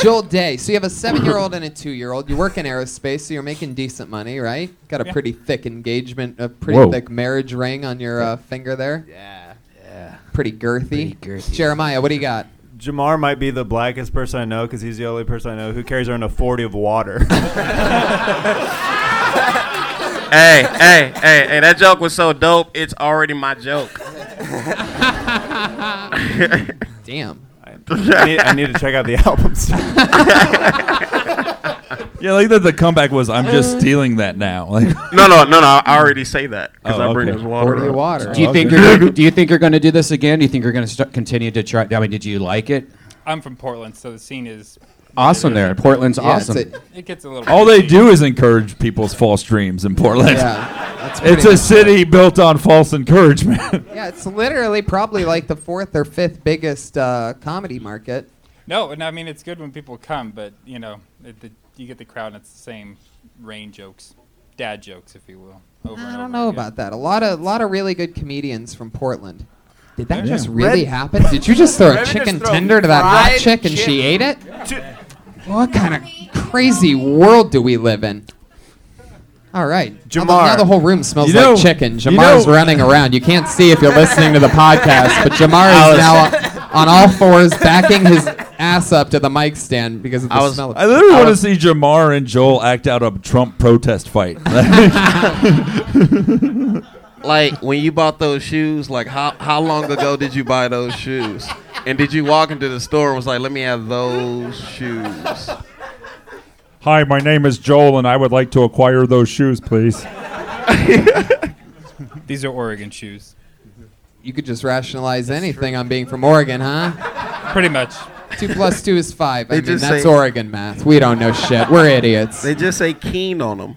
[SPEAKER 3] Joel Day. So you have a seven-year-old and a two-year-old. You work in aerospace, so you're making decent money, right? Got a
[SPEAKER 9] Yeah.
[SPEAKER 3] pretty thick engagement, a pretty
[SPEAKER 9] Whoa.
[SPEAKER 3] thick marriage ring on your uh, finger there. Yeah, yeah. Pretty girthy. Jeremiah, what do you got?
[SPEAKER 15] Jamar might be the blackest person I know because he's the only person I know who carries around a 40 of water.
[SPEAKER 13] hey, hey, hey, hey, that joke was so dope. It's already my joke.
[SPEAKER 3] Damn.
[SPEAKER 15] I, need, I need to check out the albums.
[SPEAKER 8] Yeah, like that. The comeback was, "I'm just stealing that now." Like,
[SPEAKER 13] no, no, no, no. I already say that because
[SPEAKER 8] Oh,
[SPEAKER 13] I bring
[SPEAKER 8] okay.
[SPEAKER 13] his water.
[SPEAKER 8] Order
[SPEAKER 13] up.
[SPEAKER 3] water.
[SPEAKER 6] Do you think you're gonna, Do you think you're going to do this again? Do you think you're going to start continue to try? I mean, did you like it?
[SPEAKER 1] I'm from Portland, so the scene is
[SPEAKER 6] Awesome there. Portland's
[SPEAKER 1] Yeah, it's
[SPEAKER 6] awesome.
[SPEAKER 1] a- It gets a little
[SPEAKER 8] all they do is encourage people's false dreams in Portland.
[SPEAKER 3] Yeah,
[SPEAKER 8] it's
[SPEAKER 3] that's pretty
[SPEAKER 8] a
[SPEAKER 3] much
[SPEAKER 8] city built on false encouragement.
[SPEAKER 3] Yeah, it's literally probably like the fourth or fifth biggest uh, comedy market.
[SPEAKER 1] No, and I mean it's good when people come, but you know, it, the, you get the crowd, and it's the same rain jokes, dad jokes, if you will. Over
[SPEAKER 3] I
[SPEAKER 1] and
[SPEAKER 3] don't
[SPEAKER 1] over
[SPEAKER 3] know
[SPEAKER 1] again.
[SPEAKER 3] about that. A lot of lot of really good comedians from Portland. Did that
[SPEAKER 1] Yeah.
[SPEAKER 3] just really
[SPEAKER 1] Red-
[SPEAKER 3] happen? Did you just throw
[SPEAKER 1] Red
[SPEAKER 3] a
[SPEAKER 1] just
[SPEAKER 3] chicken
[SPEAKER 1] throw
[SPEAKER 3] tender to that black
[SPEAKER 1] fried
[SPEAKER 3] chick and she
[SPEAKER 1] chicken.
[SPEAKER 3] ate it? What kind of crazy world do we live in? All right. Now the- Now
[SPEAKER 6] Jamar.
[SPEAKER 3] the whole room smells
[SPEAKER 6] You know-
[SPEAKER 3] like chicken.
[SPEAKER 6] you
[SPEAKER 3] Jamar's
[SPEAKER 6] know-
[SPEAKER 3] running around. You can't see if you're listening to the podcast, but Jamar
[SPEAKER 6] I
[SPEAKER 3] is
[SPEAKER 6] was-
[SPEAKER 3] now on, on all fours backing his ass up to the mic stand because of the
[SPEAKER 8] I, was,
[SPEAKER 3] smell of
[SPEAKER 8] I literally want to see Jamar and Joel act out a Trump protest fight.
[SPEAKER 13] Like when you bought those shoes, like how how long ago did you buy those shoes? And did you walk into the store and was like, "Let me have those shoes"?
[SPEAKER 8] Hi, my name is Joel, and I would like to acquire those shoes, please.
[SPEAKER 1] These are Oregon shoes.
[SPEAKER 3] You could just rationalize anything on being from Oregon, huh?
[SPEAKER 1] Pretty much.
[SPEAKER 3] Two plus two is five. I
[SPEAKER 13] They
[SPEAKER 3] mean,
[SPEAKER 13] just
[SPEAKER 3] that's
[SPEAKER 13] say-
[SPEAKER 3] Oregon math. We don't know shit. We're idiots.
[SPEAKER 13] They just say "keen" on them.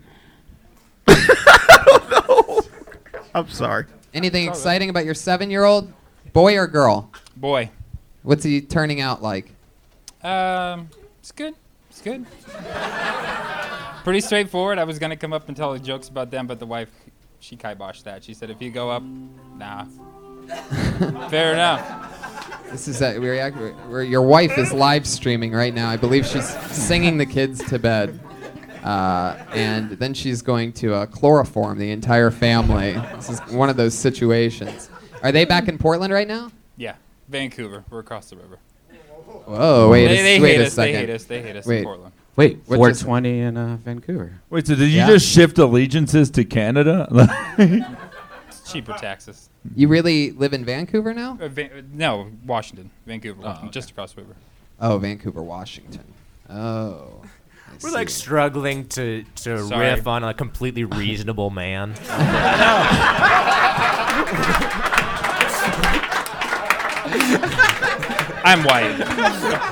[SPEAKER 13] I don't know.
[SPEAKER 4] Oh,
[SPEAKER 13] I'm sorry.
[SPEAKER 3] Anything exciting about your seven-year-old, boy or girl?
[SPEAKER 1] Boy.
[SPEAKER 3] What's he turning out like?
[SPEAKER 1] Um, it's good. It's good. Pretty straightforward. I was gonna come up and tell the jokes about them, but the wife, she kiboshed that. She said, "If you go up, nah." Fair enough.
[SPEAKER 3] This is uh, a, we're, act- we're, your wife is live streaming right now. I believe she's singing the kids to bed, uh, and then she's going to uh, chloroform the entire family. This is one of those situations. Are they back in Portland right now?
[SPEAKER 1] Yeah, Vancouver. We're across the river.
[SPEAKER 3] Whoa, Oh, wait,
[SPEAKER 1] They-
[SPEAKER 3] a,
[SPEAKER 1] they
[SPEAKER 3] wait
[SPEAKER 1] hate
[SPEAKER 3] a
[SPEAKER 1] us, they
[SPEAKER 3] second.
[SPEAKER 1] hate us, they hate us in
[SPEAKER 3] Wait,
[SPEAKER 1] Portland.
[SPEAKER 6] Wait,
[SPEAKER 3] what just-
[SPEAKER 6] 420 in uh, Vancouver.
[SPEAKER 8] Wait, so did you
[SPEAKER 3] Yeah.
[SPEAKER 8] just shift allegiances to Canada?
[SPEAKER 1] It's cheaper taxes.
[SPEAKER 3] You really live in Vancouver now?
[SPEAKER 1] Uh, Va- uh, no, Washington, Vancouver, Washington, just across the river.
[SPEAKER 3] Oh, Vancouver, Washington. Oh.
[SPEAKER 9] We're like struggling to to
[SPEAKER 4] Sorry.
[SPEAKER 9] riff on a completely reasonable man.
[SPEAKER 1] I'm white.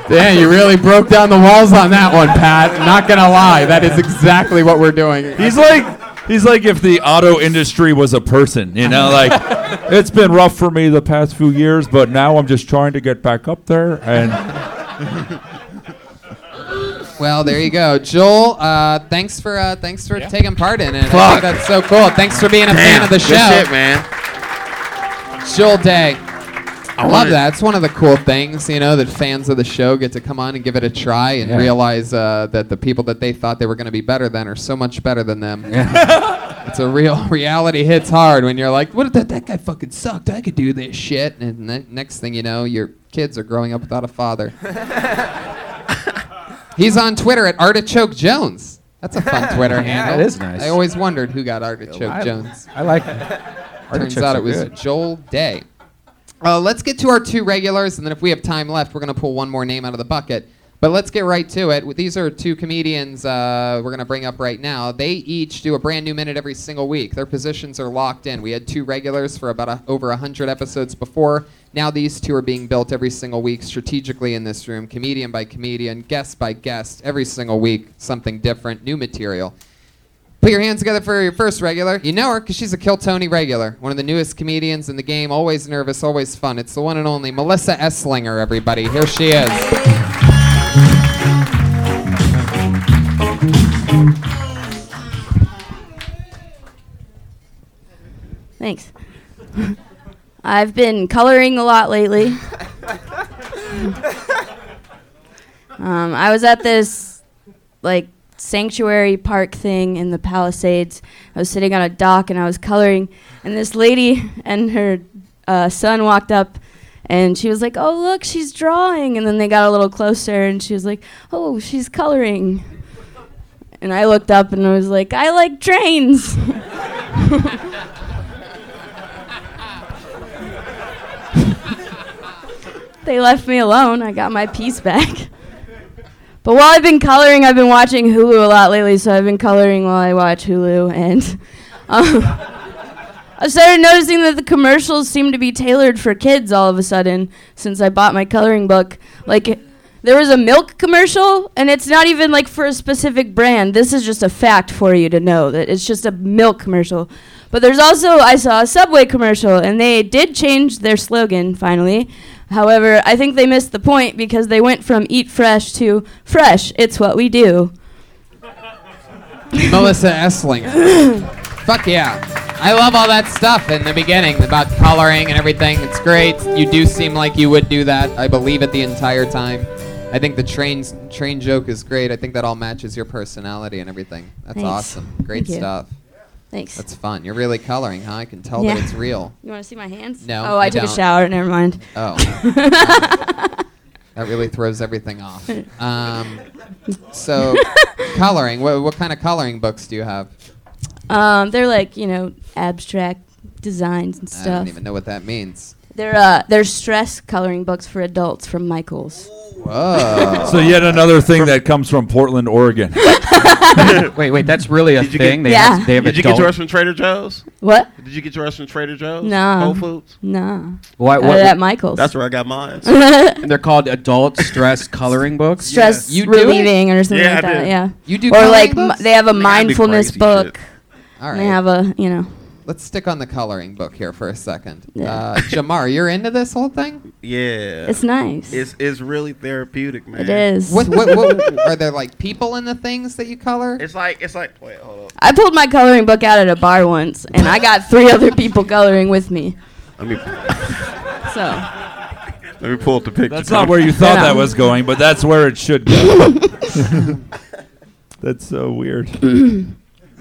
[SPEAKER 4] Damn, you really broke down the walls on that one, Pat. Not gonna lie, that is exactly what we're doing.
[SPEAKER 8] He's like he's like if the auto industry was a person, you know, like it's been rough for me the past few years, but now I'm just trying to get back up there and
[SPEAKER 3] Well, there you go, Joel. Uh, thanks for uh, thanks for taking part in it. I think
[SPEAKER 4] Fuck.
[SPEAKER 3] that's so cool. Thanks for being a fan of the
[SPEAKER 4] good
[SPEAKER 3] show,
[SPEAKER 4] shit,
[SPEAKER 3] man. Joel Day. I love
[SPEAKER 4] wanted-
[SPEAKER 3] that. It's one of the cool things, you know, that fans of the show get to come on and give it a try and
[SPEAKER 4] Yeah.
[SPEAKER 3] realize uh, that the people that they thought they were going to be better than are so much better than them. it's a real reality hits hard when you're like, what that that guy fucking sucked. I could do this shit, and the next thing you know, your kids are growing up without a father. He's on Twitter at Artichoke Jones. That's a fun Twitter
[SPEAKER 4] Yeah,
[SPEAKER 3] handle.
[SPEAKER 4] it is nice.
[SPEAKER 3] I always wondered who got Artichoke
[SPEAKER 4] I-
[SPEAKER 3] Jones.
[SPEAKER 4] I like
[SPEAKER 3] Turns
[SPEAKER 4] artichokes
[SPEAKER 3] out
[SPEAKER 4] are
[SPEAKER 3] it was
[SPEAKER 4] good.
[SPEAKER 3] Joel Day. Uh, let's get to our two regulars, and then if we have time left, we're going to pull one more name out of the bucket. But let's get right to it. These are two comedians uh, we're going to bring up right now. They each do a brand new minute every single week. Their positions are locked in. We had two regulars for about a, over 100 episodes before. Now these two are being built every single week strategically in this room, comedian by comedian, guest by guest, every single week, something different, new material. Put your hands together for your first regular. You know her because she's a Kill Tony regular, one of the newest comedians in the game. Always nervous, always fun. It's the one and only Melissa Esslinger. Everybody, here she is.
[SPEAKER 22] Thanks. I've been coloring a lot lately. um, I was at this like sanctuary park thing in the Palisades. I was sitting on a dock and I was coloring, and this lady and her uh, son walked up. And she was like, "Oh, look, she's drawing." And then they got a little closer, and she was like, "Oh, she's coloring." And I looked up and I was like, "I like trains." they left me alone. I got my piece back. But while I've been coloring, I've been watching Hulu a lot lately, so I've been coloring while I watch Hulu, and um, I started noticing that the commercials seem to be tailored for kids all of a sudden since I bought my coloring book. Like, there was a milk commercial, and it's not even like for a specific brand. This is just a fact for you to know that it's just a milk commercial. But there's also, I saw a Subway commercial, and they did change their slogan finally. However, I think they missed the point because they went from eat fresh to fresh, it's what we do.
[SPEAKER 3] Melissa Esslinger. Fuck yeah. I love all that stuff in the beginning about coloring and everything. It's great. You do seem like you would do that. I believe it the entire time. I think the trains, train joke is great. I think that all matches your personality and everything. That's
[SPEAKER 22] Thanks.
[SPEAKER 3] awesome. Great
[SPEAKER 22] Thank you.
[SPEAKER 3] stuff.
[SPEAKER 22] Thanks.
[SPEAKER 3] That's fun. You're really coloring, huh? I can tell
[SPEAKER 22] Yeah.
[SPEAKER 3] that it's real.
[SPEAKER 22] You want to see my hands?
[SPEAKER 3] No,
[SPEAKER 22] Oh, I,
[SPEAKER 3] I
[SPEAKER 22] took
[SPEAKER 3] don't.
[SPEAKER 22] a shower. Never mind.
[SPEAKER 3] Oh. That really throws everything off. Um, so, coloring. What, what kind of coloring books do you have?
[SPEAKER 22] um, they're like you know abstract designs and
[SPEAKER 3] I
[SPEAKER 22] stuff.
[SPEAKER 3] don't even know what that means.
[SPEAKER 22] They're uh, they're stress coloring books for adults from Michaels.
[SPEAKER 3] Whoa.
[SPEAKER 8] so yet another thing that comes from Portland, Oregon.
[SPEAKER 6] wait, wait, that's really a
[SPEAKER 8] Did you get-
[SPEAKER 6] thing. they
[SPEAKER 22] Yeah.
[SPEAKER 6] have, they have
[SPEAKER 7] Did you
[SPEAKER 6] adult-
[SPEAKER 7] get yours from Trader Joe's?
[SPEAKER 22] What?
[SPEAKER 7] Did you get yours from Trader Joe's?
[SPEAKER 22] No.
[SPEAKER 7] Whole Foods?
[SPEAKER 22] No.
[SPEAKER 6] Why-
[SPEAKER 22] Got
[SPEAKER 6] what-
[SPEAKER 22] it Uh, at Michaels.
[SPEAKER 7] That's where I got mine.
[SPEAKER 6] And they're called adult stress coloring books.
[SPEAKER 22] stress
[SPEAKER 6] You do it?
[SPEAKER 22] relieving or something
[SPEAKER 6] Yeah,
[SPEAKER 22] like
[SPEAKER 6] I
[SPEAKER 22] that.
[SPEAKER 6] do.
[SPEAKER 22] Yeah.
[SPEAKER 3] You do
[SPEAKER 22] Or
[SPEAKER 3] coloring
[SPEAKER 22] like m-
[SPEAKER 3] books?
[SPEAKER 22] they have a
[SPEAKER 3] I mean, that'd be
[SPEAKER 22] mindfulness
[SPEAKER 3] crazy
[SPEAKER 22] book.
[SPEAKER 3] All
[SPEAKER 22] And they have a you know.
[SPEAKER 3] Let's stick on the coloring book here for a second. Uh, Jamar, you're into this whole thing?
[SPEAKER 7] Yeah.
[SPEAKER 22] It's nice.
[SPEAKER 7] It's it's really therapeutic, man.
[SPEAKER 3] What, what, what, are there like people in the things that you color?
[SPEAKER 7] It's like it's like wait, hold on.
[SPEAKER 22] I pulled my coloring book out at a bar once, and I got three other people coloring with me.
[SPEAKER 7] Let me
[SPEAKER 22] So
[SPEAKER 7] let me pull up the picture.
[SPEAKER 8] That's not where you thought that was going, but that's where it should go. that's so weird.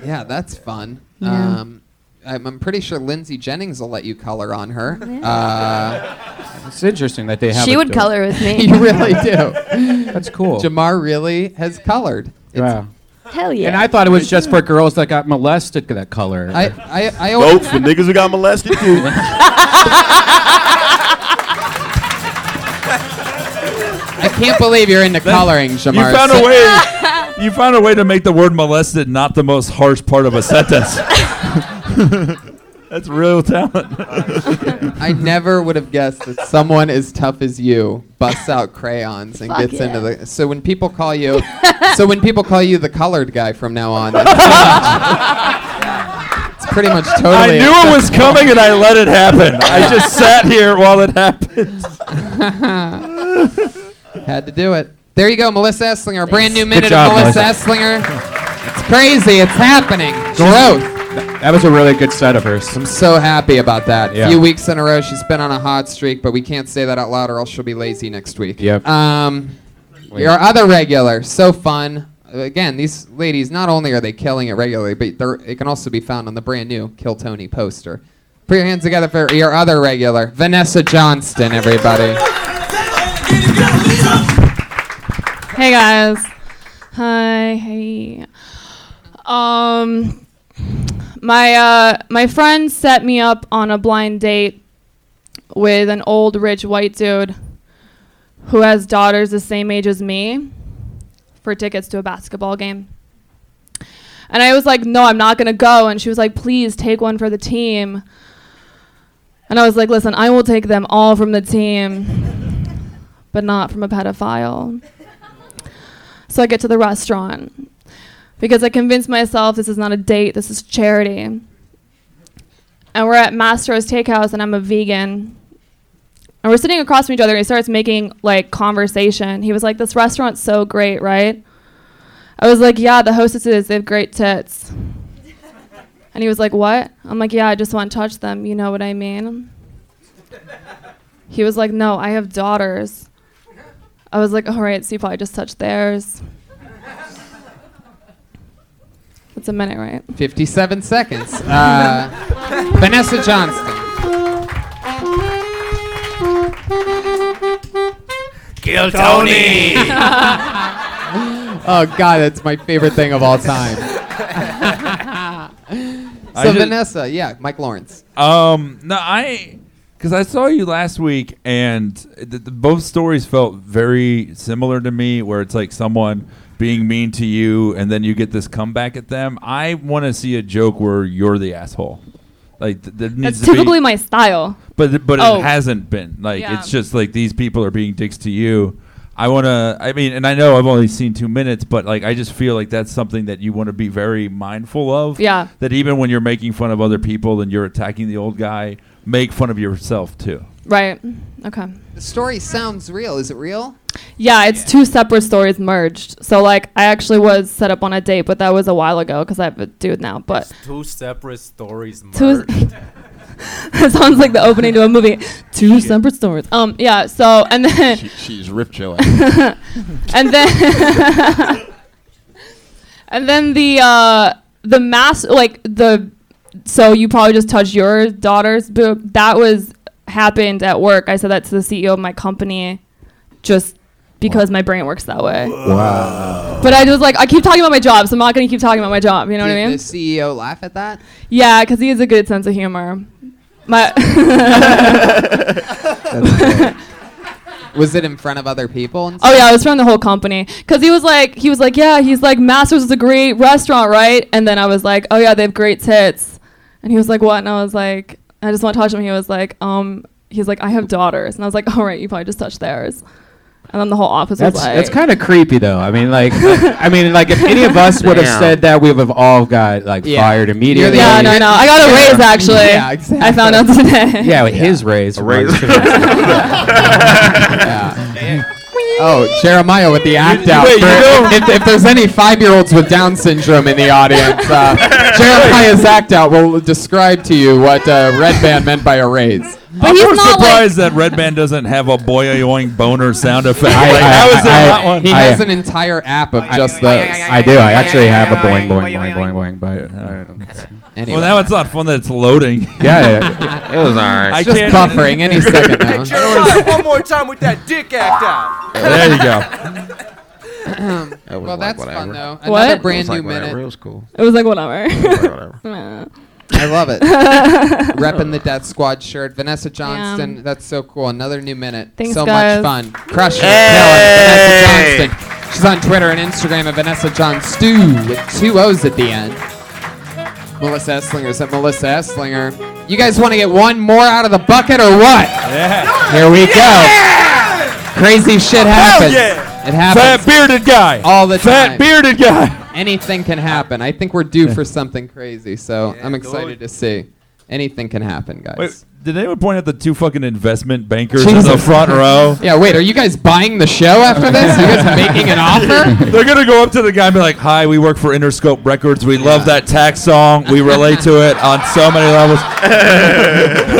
[SPEAKER 3] Yeah, that's fun.
[SPEAKER 22] Yeah.
[SPEAKER 3] Um, I'm, I'm pretty sure Lindsay Jennings will let you color on her.
[SPEAKER 22] Yeah.
[SPEAKER 3] Uh,
[SPEAKER 6] it's interesting that they have.
[SPEAKER 22] She would color with me.
[SPEAKER 3] you really do.
[SPEAKER 6] That's cool.
[SPEAKER 3] Jamar really has colored.
[SPEAKER 6] Wow.
[SPEAKER 22] hell yeah.
[SPEAKER 6] And I thought it was just for girls that got molested that color.
[SPEAKER 3] I, I, I
[SPEAKER 6] Vote
[SPEAKER 3] always,
[SPEAKER 6] for niggas who got molested too.
[SPEAKER 3] I can't believe you're into coloring, Shamar.
[SPEAKER 8] You found a way. You found a way to make the word molested not the most harsh part of a sentence. That's real talent.
[SPEAKER 3] I never would have guessed that someone as tough as you busts out crayons and
[SPEAKER 11] Fuck
[SPEAKER 3] gets
[SPEAKER 11] yeah.
[SPEAKER 3] into the. So when people call you, so when people call you the colored guy from now on, that's pretty much, it's pretty much totally.
[SPEAKER 8] I knew it was
[SPEAKER 3] acceptable.
[SPEAKER 8] coming and I let it happen. I just sat here while it happened.
[SPEAKER 3] Had to do it. There you go, Melissa Esslinger. Brand new
[SPEAKER 6] Good
[SPEAKER 3] minute
[SPEAKER 6] job,
[SPEAKER 3] of Melissa
[SPEAKER 6] Melissa.
[SPEAKER 3] Esslinger. It's crazy. It's happening. Growth.
[SPEAKER 6] That was a really good set of hers. I'm
[SPEAKER 3] so happy about that.
[SPEAKER 6] Yeah.
[SPEAKER 3] A few weeks in a row, she's been on a hot streak, but we can't say that out loud or else she'll be lazy next week.
[SPEAKER 6] Yep.
[SPEAKER 3] Um, your other regular, so fun. Again, these ladies, not only are they killing it regularly, but they're, it can also be found on the brand new Kill Tony poster. Put your hands together for your other regular, Vanessa Johnston, everybody.
[SPEAKER 12] Hey guys. Hi. Hey. Um my uh my friend set me up on a blind date with an old rich white dude who has daughters the same age as me for tickets to a basketball game. And I was like, "No, I'm not going to go." And she was like, "Please take one for the team." And I was like, "Listen, I will take them all from the team, but not from a pedophile." So I get to the restaurant because I convinced myself this is not a date, this is charity. And we're at Mastro's Steakhouse, and I'm a vegan. And we're sitting across from each other, and he starts making like conversation. He was like, This restaurant's so great, right? I was like, Yeah, the hostesses, they have great tits. and he was like, What? I'm like, Yeah, I just want to touch them. You know what I mean? He was like, No, I have daughters. I was like, All right, so you probably just touched theirs. That's a minute, right?
[SPEAKER 3] 57 seconds. Uh, Vanessa Johnston.
[SPEAKER 11] Kill
[SPEAKER 3] Tony. Oh, God, that's my favorite thing of all time.
[SPEAKER 8] I
[SPEAKER 3] so,
[SPEAKER 8] ju-
[SPEAKER 3] Vanessa, yeah, Mike Lawrence.
[SPEAKER 8] Um, no, I because I saw you last week, and th- th- both stories felt very similar to me, where it's like someone being mean to you, and then you get this comeback at them. I want to see a joke where you're the asshole. Like th- there needs
[SPEAKER 12] That's
[SPEAKER 8] to
[SPEAKER 12] typically
[SPEAKER 8] be,
[SPEAKER 12] my style.
[SPEAKER 8] but but
[SPEAKER 12] Oh.
[SPEAKER 8] it hasn't been like
[SPEAKER 12] Yeah.
[SPEAKER 8] it's just like these people are being dicks to you. I want to. I mean, and I know I've only seen two minutes, but like I just feel like that's something that you want to be very mindful of.
[SPEAKER 12] Yeah.
[SPEAKER 8] That even when you're making fun of other people and you're attacking the old guy, make fun of yourself too.
[SPEAKER 12] Right. Okay.
[SPEAKER 3] The story sounds real. Is it real?
[SPEAKER 12] Yeah, it's two separate stories merged. So like, I actually was set up on a date, but that was a while ago because I have a dude now. But
[SPEAKER 9] Two separate stories.
[SPEAKER 12] two. that sounds like the opening to a movie. Two separate stories. Um. Yeah. So and then.
[SPEAKER 13] She's ripped your ass.
[SPEAKER 12] and then and then the uh the mass like the so you probably just touched your daughter's boob that was happened at work i said that to the ceo of my company just because my brain works that way
[SPEAKER 3] Wow.
[SPEAKER 12] but i was like i keep talking about my job so i'm not going to keep talking about my job you know what i mean
[SPEAKER 3] Did the CEO laugh at that?
[SPEAKER 12] yeah because he has a good sense of humor my
[SPEAKER 3] Was it in front of other people? and
[SPEAKER 12] Oh
[SPEAKER 3] stuff?
[SPEAKER 12] yeah, I was from the whole company because he was like, he was like, yeah, he's like, Masters is a great restaurant, right? And then I was like, oh yeah, they have great tits, and he was like, what? And I was like, I just want to touch them. He was like, um, he's like, I have daughters, and I was like, all right, you probably just touched theirs, and then the whole office
[SPEAKER 6] That's
[SPEAKER 12] was like,
[SPEAKER 6] that's kind of creepy though. I mean, like, I mean, like, if any of us would have
[SPEAKER 12] Damn.
[SPEAKER 6] said that, we would have all got like fired immediately.
[SPEAKER 12] yeah, no, no, I got a raise actually.
[SPEAKER 6] Yeah,
[SPEAKER 12] I found out today.
[SPEAKER 6] Yeah, with his raise. raise.
[SPEAKER 3] Oh, Jeremiah with the act out.
[SPEAKER 6] wait,
[SPEAKER 3] for-
[SPEAKER 6] you
[SPEAKER 3] if, if there's any five-year-olds with Down syndrome in the audience, uh, Jeremiah's act out will describe to you what uh, Red Band meant by a raise.
[SPEAKER 8] I'm more surprised that Red Band doesn't have a boyoing boner sound effect. like, how is there not one?
[SPEAKER 3] He has an entire app of just those.
[SPEAKER 6] I do. I actually have a boing boing boing boing boing, but I don't
[SPEAKER 8] Well, now it's not fun that it's loading.
[SPEAKER 6] Yeah, yeah. It was alright.
[SPEAKER 8] I
[SPEAKER 6] Just
[SPEAKER 8] can't-
[SPEAKER 6] buffering any second now.
[SPEAKER 17] one more time with that dick act out.
[SPEAKER 8] there you go.
[SPEAKER 3] well, that's fun though.
[SPEAKER 12] What?
[SPEAKER 3] Another brand new minute.
[SPEAKER 12] It was like whatever. Nah.
[SPEAKER 3] I love it. Repping the Death Squad shirt. Vanessa Johnston,
[SPEAKER 12] Damn.
[SPEAKER 3] that's so cool. Another new minute.
[SPEAKER 12] Thanks,
[SPEAKER 3] so
[SPEAKER 12] guys.
[SPEAKER 3] much fun. Crushing
[SPEAKER 12] Hey!
[SPEAKER 3] it. Killing it. Vanessa Johnston. She's on Twitter and Instagram at Vanessa John Stew with two O's at the end. Melissa Eslinger's at Melissa Esslinger. You guys want to get one more out of the bucket or what? Yeah. Here we go. Crazy shit happens.
[SPEAKER 23] yeah.
[SPEAKER 3] It happens.
[SPEAKER 23] Fat bearded guy.
[SPEAKER 3] All the
[SPEAKER 23] Fat
[SPEAKER 3] time.
[SPEAKER 23] bearded guy.
[SPEAKER 3] Anything can happen. I think we're due for something crazy, so I'm excited to see. Anything can happen, guys.
[SPEAKER 8] Wait, did anyone point out the two fucking investment bankers in the
[SPEAKER 3] Jesus.
[SPEAKER 8] front row?
[SPEAKER 3] Yeah, wait, are you guys buying the show Oh, after this? Are you guys making an offer?
[SPEAKER 8] They're gonna go up to the guy and be like, "Hi, we work for Interscope Records. We love that tax song. We relate to it on so many levels.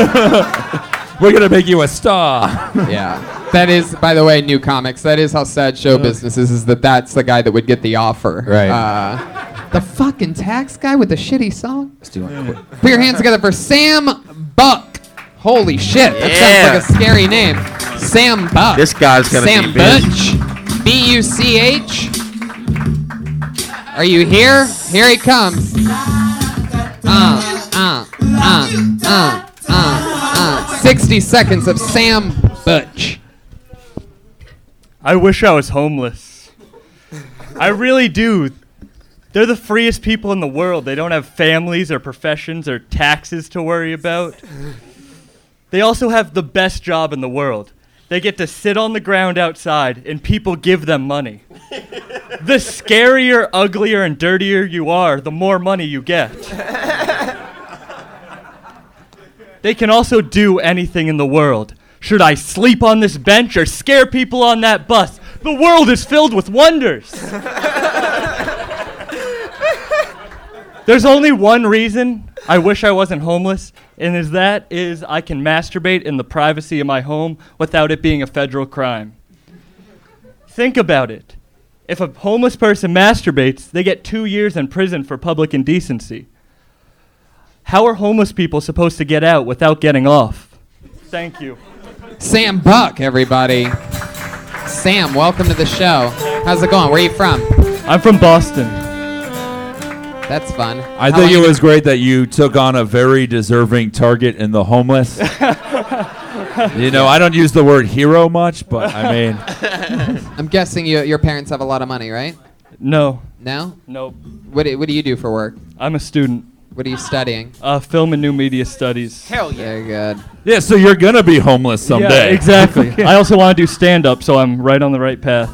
[SPEAKER 8] We're gonna make you a star."
[SPEAKER 3] Yeah. That is, by the way, new comics. That is how sad show business is, is that that's the guy that would get the offer.
[SPEAKER 24] Right.
[SPEAKER 3] Uh, the fucking tax guy with the shitty song?
[SPEAKER 24] Let's do one quick.
[SPEAKER 3] Put your hands together for Sam Buck. Holy shit, that sounds like a scary name. Sam Buck.
[SPEAKER 13] This guy's gonna
[SPEAKER 3] Sam
[SPEAKER 13] be busy.
[SPEAKER 3] Butch. B U C H. Are you here? Here he comes. Uh, uh, uh, uh, uh, uh. 60 seconds of Sam Butch.
[SPEAKER 4] I wish I was homeless. I really do. They're the freest people in the world. They don't have families or professions or taxes to worry about. They also have the best job in the world. They get to sit on the ground outside and people give them money. the scarier, uglier, and dirtier you are, the more money you get. They can also do anything in the world. Should I sleep on this bench or scare people on that bus? The world is filled with wonders. There's only one reason I wish I wasn't homeless, and is that is I can masturbate in the privacy of my home without it being a federal crime. Think about it. If a homeless person masturbates, they get two years in prison for public indecency. How are homeless people supposed to get out without getting off? Thank you.
[SPEAKER 3] Sam Buck, everybody. Sam, welcome to the show. How's it going? Where are you from?
[SPEAKER 4] I'm from Boston.
[SPEAKER 3] That's fun.
[SPEAKER 8] I
[SPEAKER 3] How
[SPEAKER 8] think
[SPEAKER 3] long
[SPEAKER 8] it
[SPEAKER 3] you
[SPEAKER 8] was great that you took on a very deserving target in the homeless. you know, I don't use the word hero much, but I mean,
[SPEAKER 3] I'm guessing you, your parents have a lot of money, right?
[SPEAKER 4] No.
[SPEAKER 3] No?
[SPEAKER 4] Nope.
[SPEAKER 3] What do, what do you do for work?
[SPEAKER 4] I'm a student.
[SPEAKER 3] What are you studying?
[SPEAKER 4] Uh, film and new media studies. Hell
[SPEAKER 3] yeah. Very good.
[SPEAKER 8] yeah. So you're gonna be homeless someday.
[SPEAKER 4] Yeah, exactly. I also want to do stand up, so I'm right on the right path.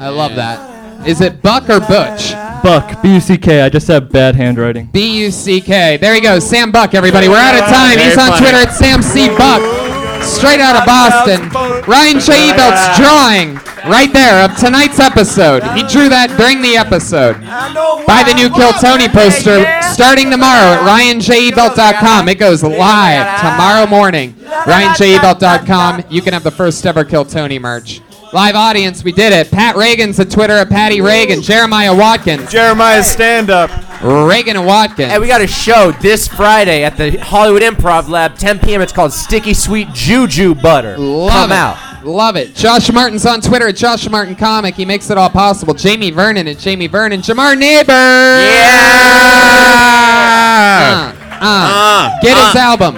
[SPEAKER 3] I love that. Is it Buck or Butch?
[SPEAKER 4] Buck, B U C K. I just have bad handwriting.
[SPEAKER 3] B U C K. There he goes, Sam Buck, everybody. We're out of time.
[SPEAKER 4] Very
[SPEAKER 3] He's on
[SPEAKER 4] funny.
[SPEAKER 3] Twitter at Sam C. Buck. Straight out of Boston. Ryan Shaebelt's drawing right there of tonight's episode. He drew that during the episode. Buy the new Kill Tony poster starting tomorrow at ryanjebelt.com. It goes live tomorrow morning. ryanjebelt.com. You can have the first ever Kill Tony merch. Live audience, we did it. Pat Reagan's at Twitter at Patty Reagan. Jeremiah Watkins.
[SPEAKER 9] Jeremiah stand up.
[SPEAKER 3] Reagan and Watkins.
[SPEAKER 9] Hey, we got a show this Friday at the Hollywood Improv Lab, 10 p.m. It's called Sticky Sweet Juju Butter.
[SPEAKER 3] Love
[SPEAKER 9] Come
[SPEAKER 3] it.
[SPEAKER 9] out.
[SPEAKER 3] Love it. Josh Martin's on Twitter at Josh Martin Comic. He makes it all possible. Jamie Vernon at Jamie Vernon. Jamar Neighbor. Yeah. Uh, uh. Get his album.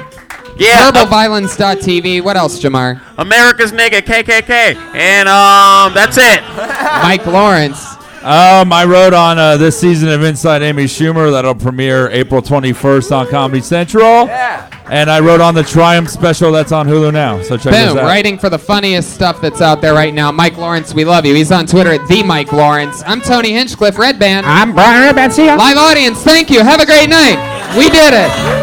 [SPEAKER 3] Yeah. Verbalviolence.tv. What else, Jamar?
[SPEAKER 13] uh, America's nigga, KKK, and um, that's it.
[SPEAKER 3] Mike Lawrence.
[SPEAKER 8] Um, I wrote on uh, this season of Inside Amy Schumer that'll premiere April 21st on Comedy Central. Yeah. And I wrote on the Triumph special that's on Hulu now. So check
[SPEAKER 3] Boom.
[SPEAKER 8] this out.
[SPEAKER 3] Writing for the funniest stuff that's out there right now. Mike Lawrence, we love you. He's on Twitter at the Mike Lawrence. I'm Tony Hinchcliffe, Red Band. I'm Brian Red Band. See ya. Live audience, thank you. Have a great night. We did it.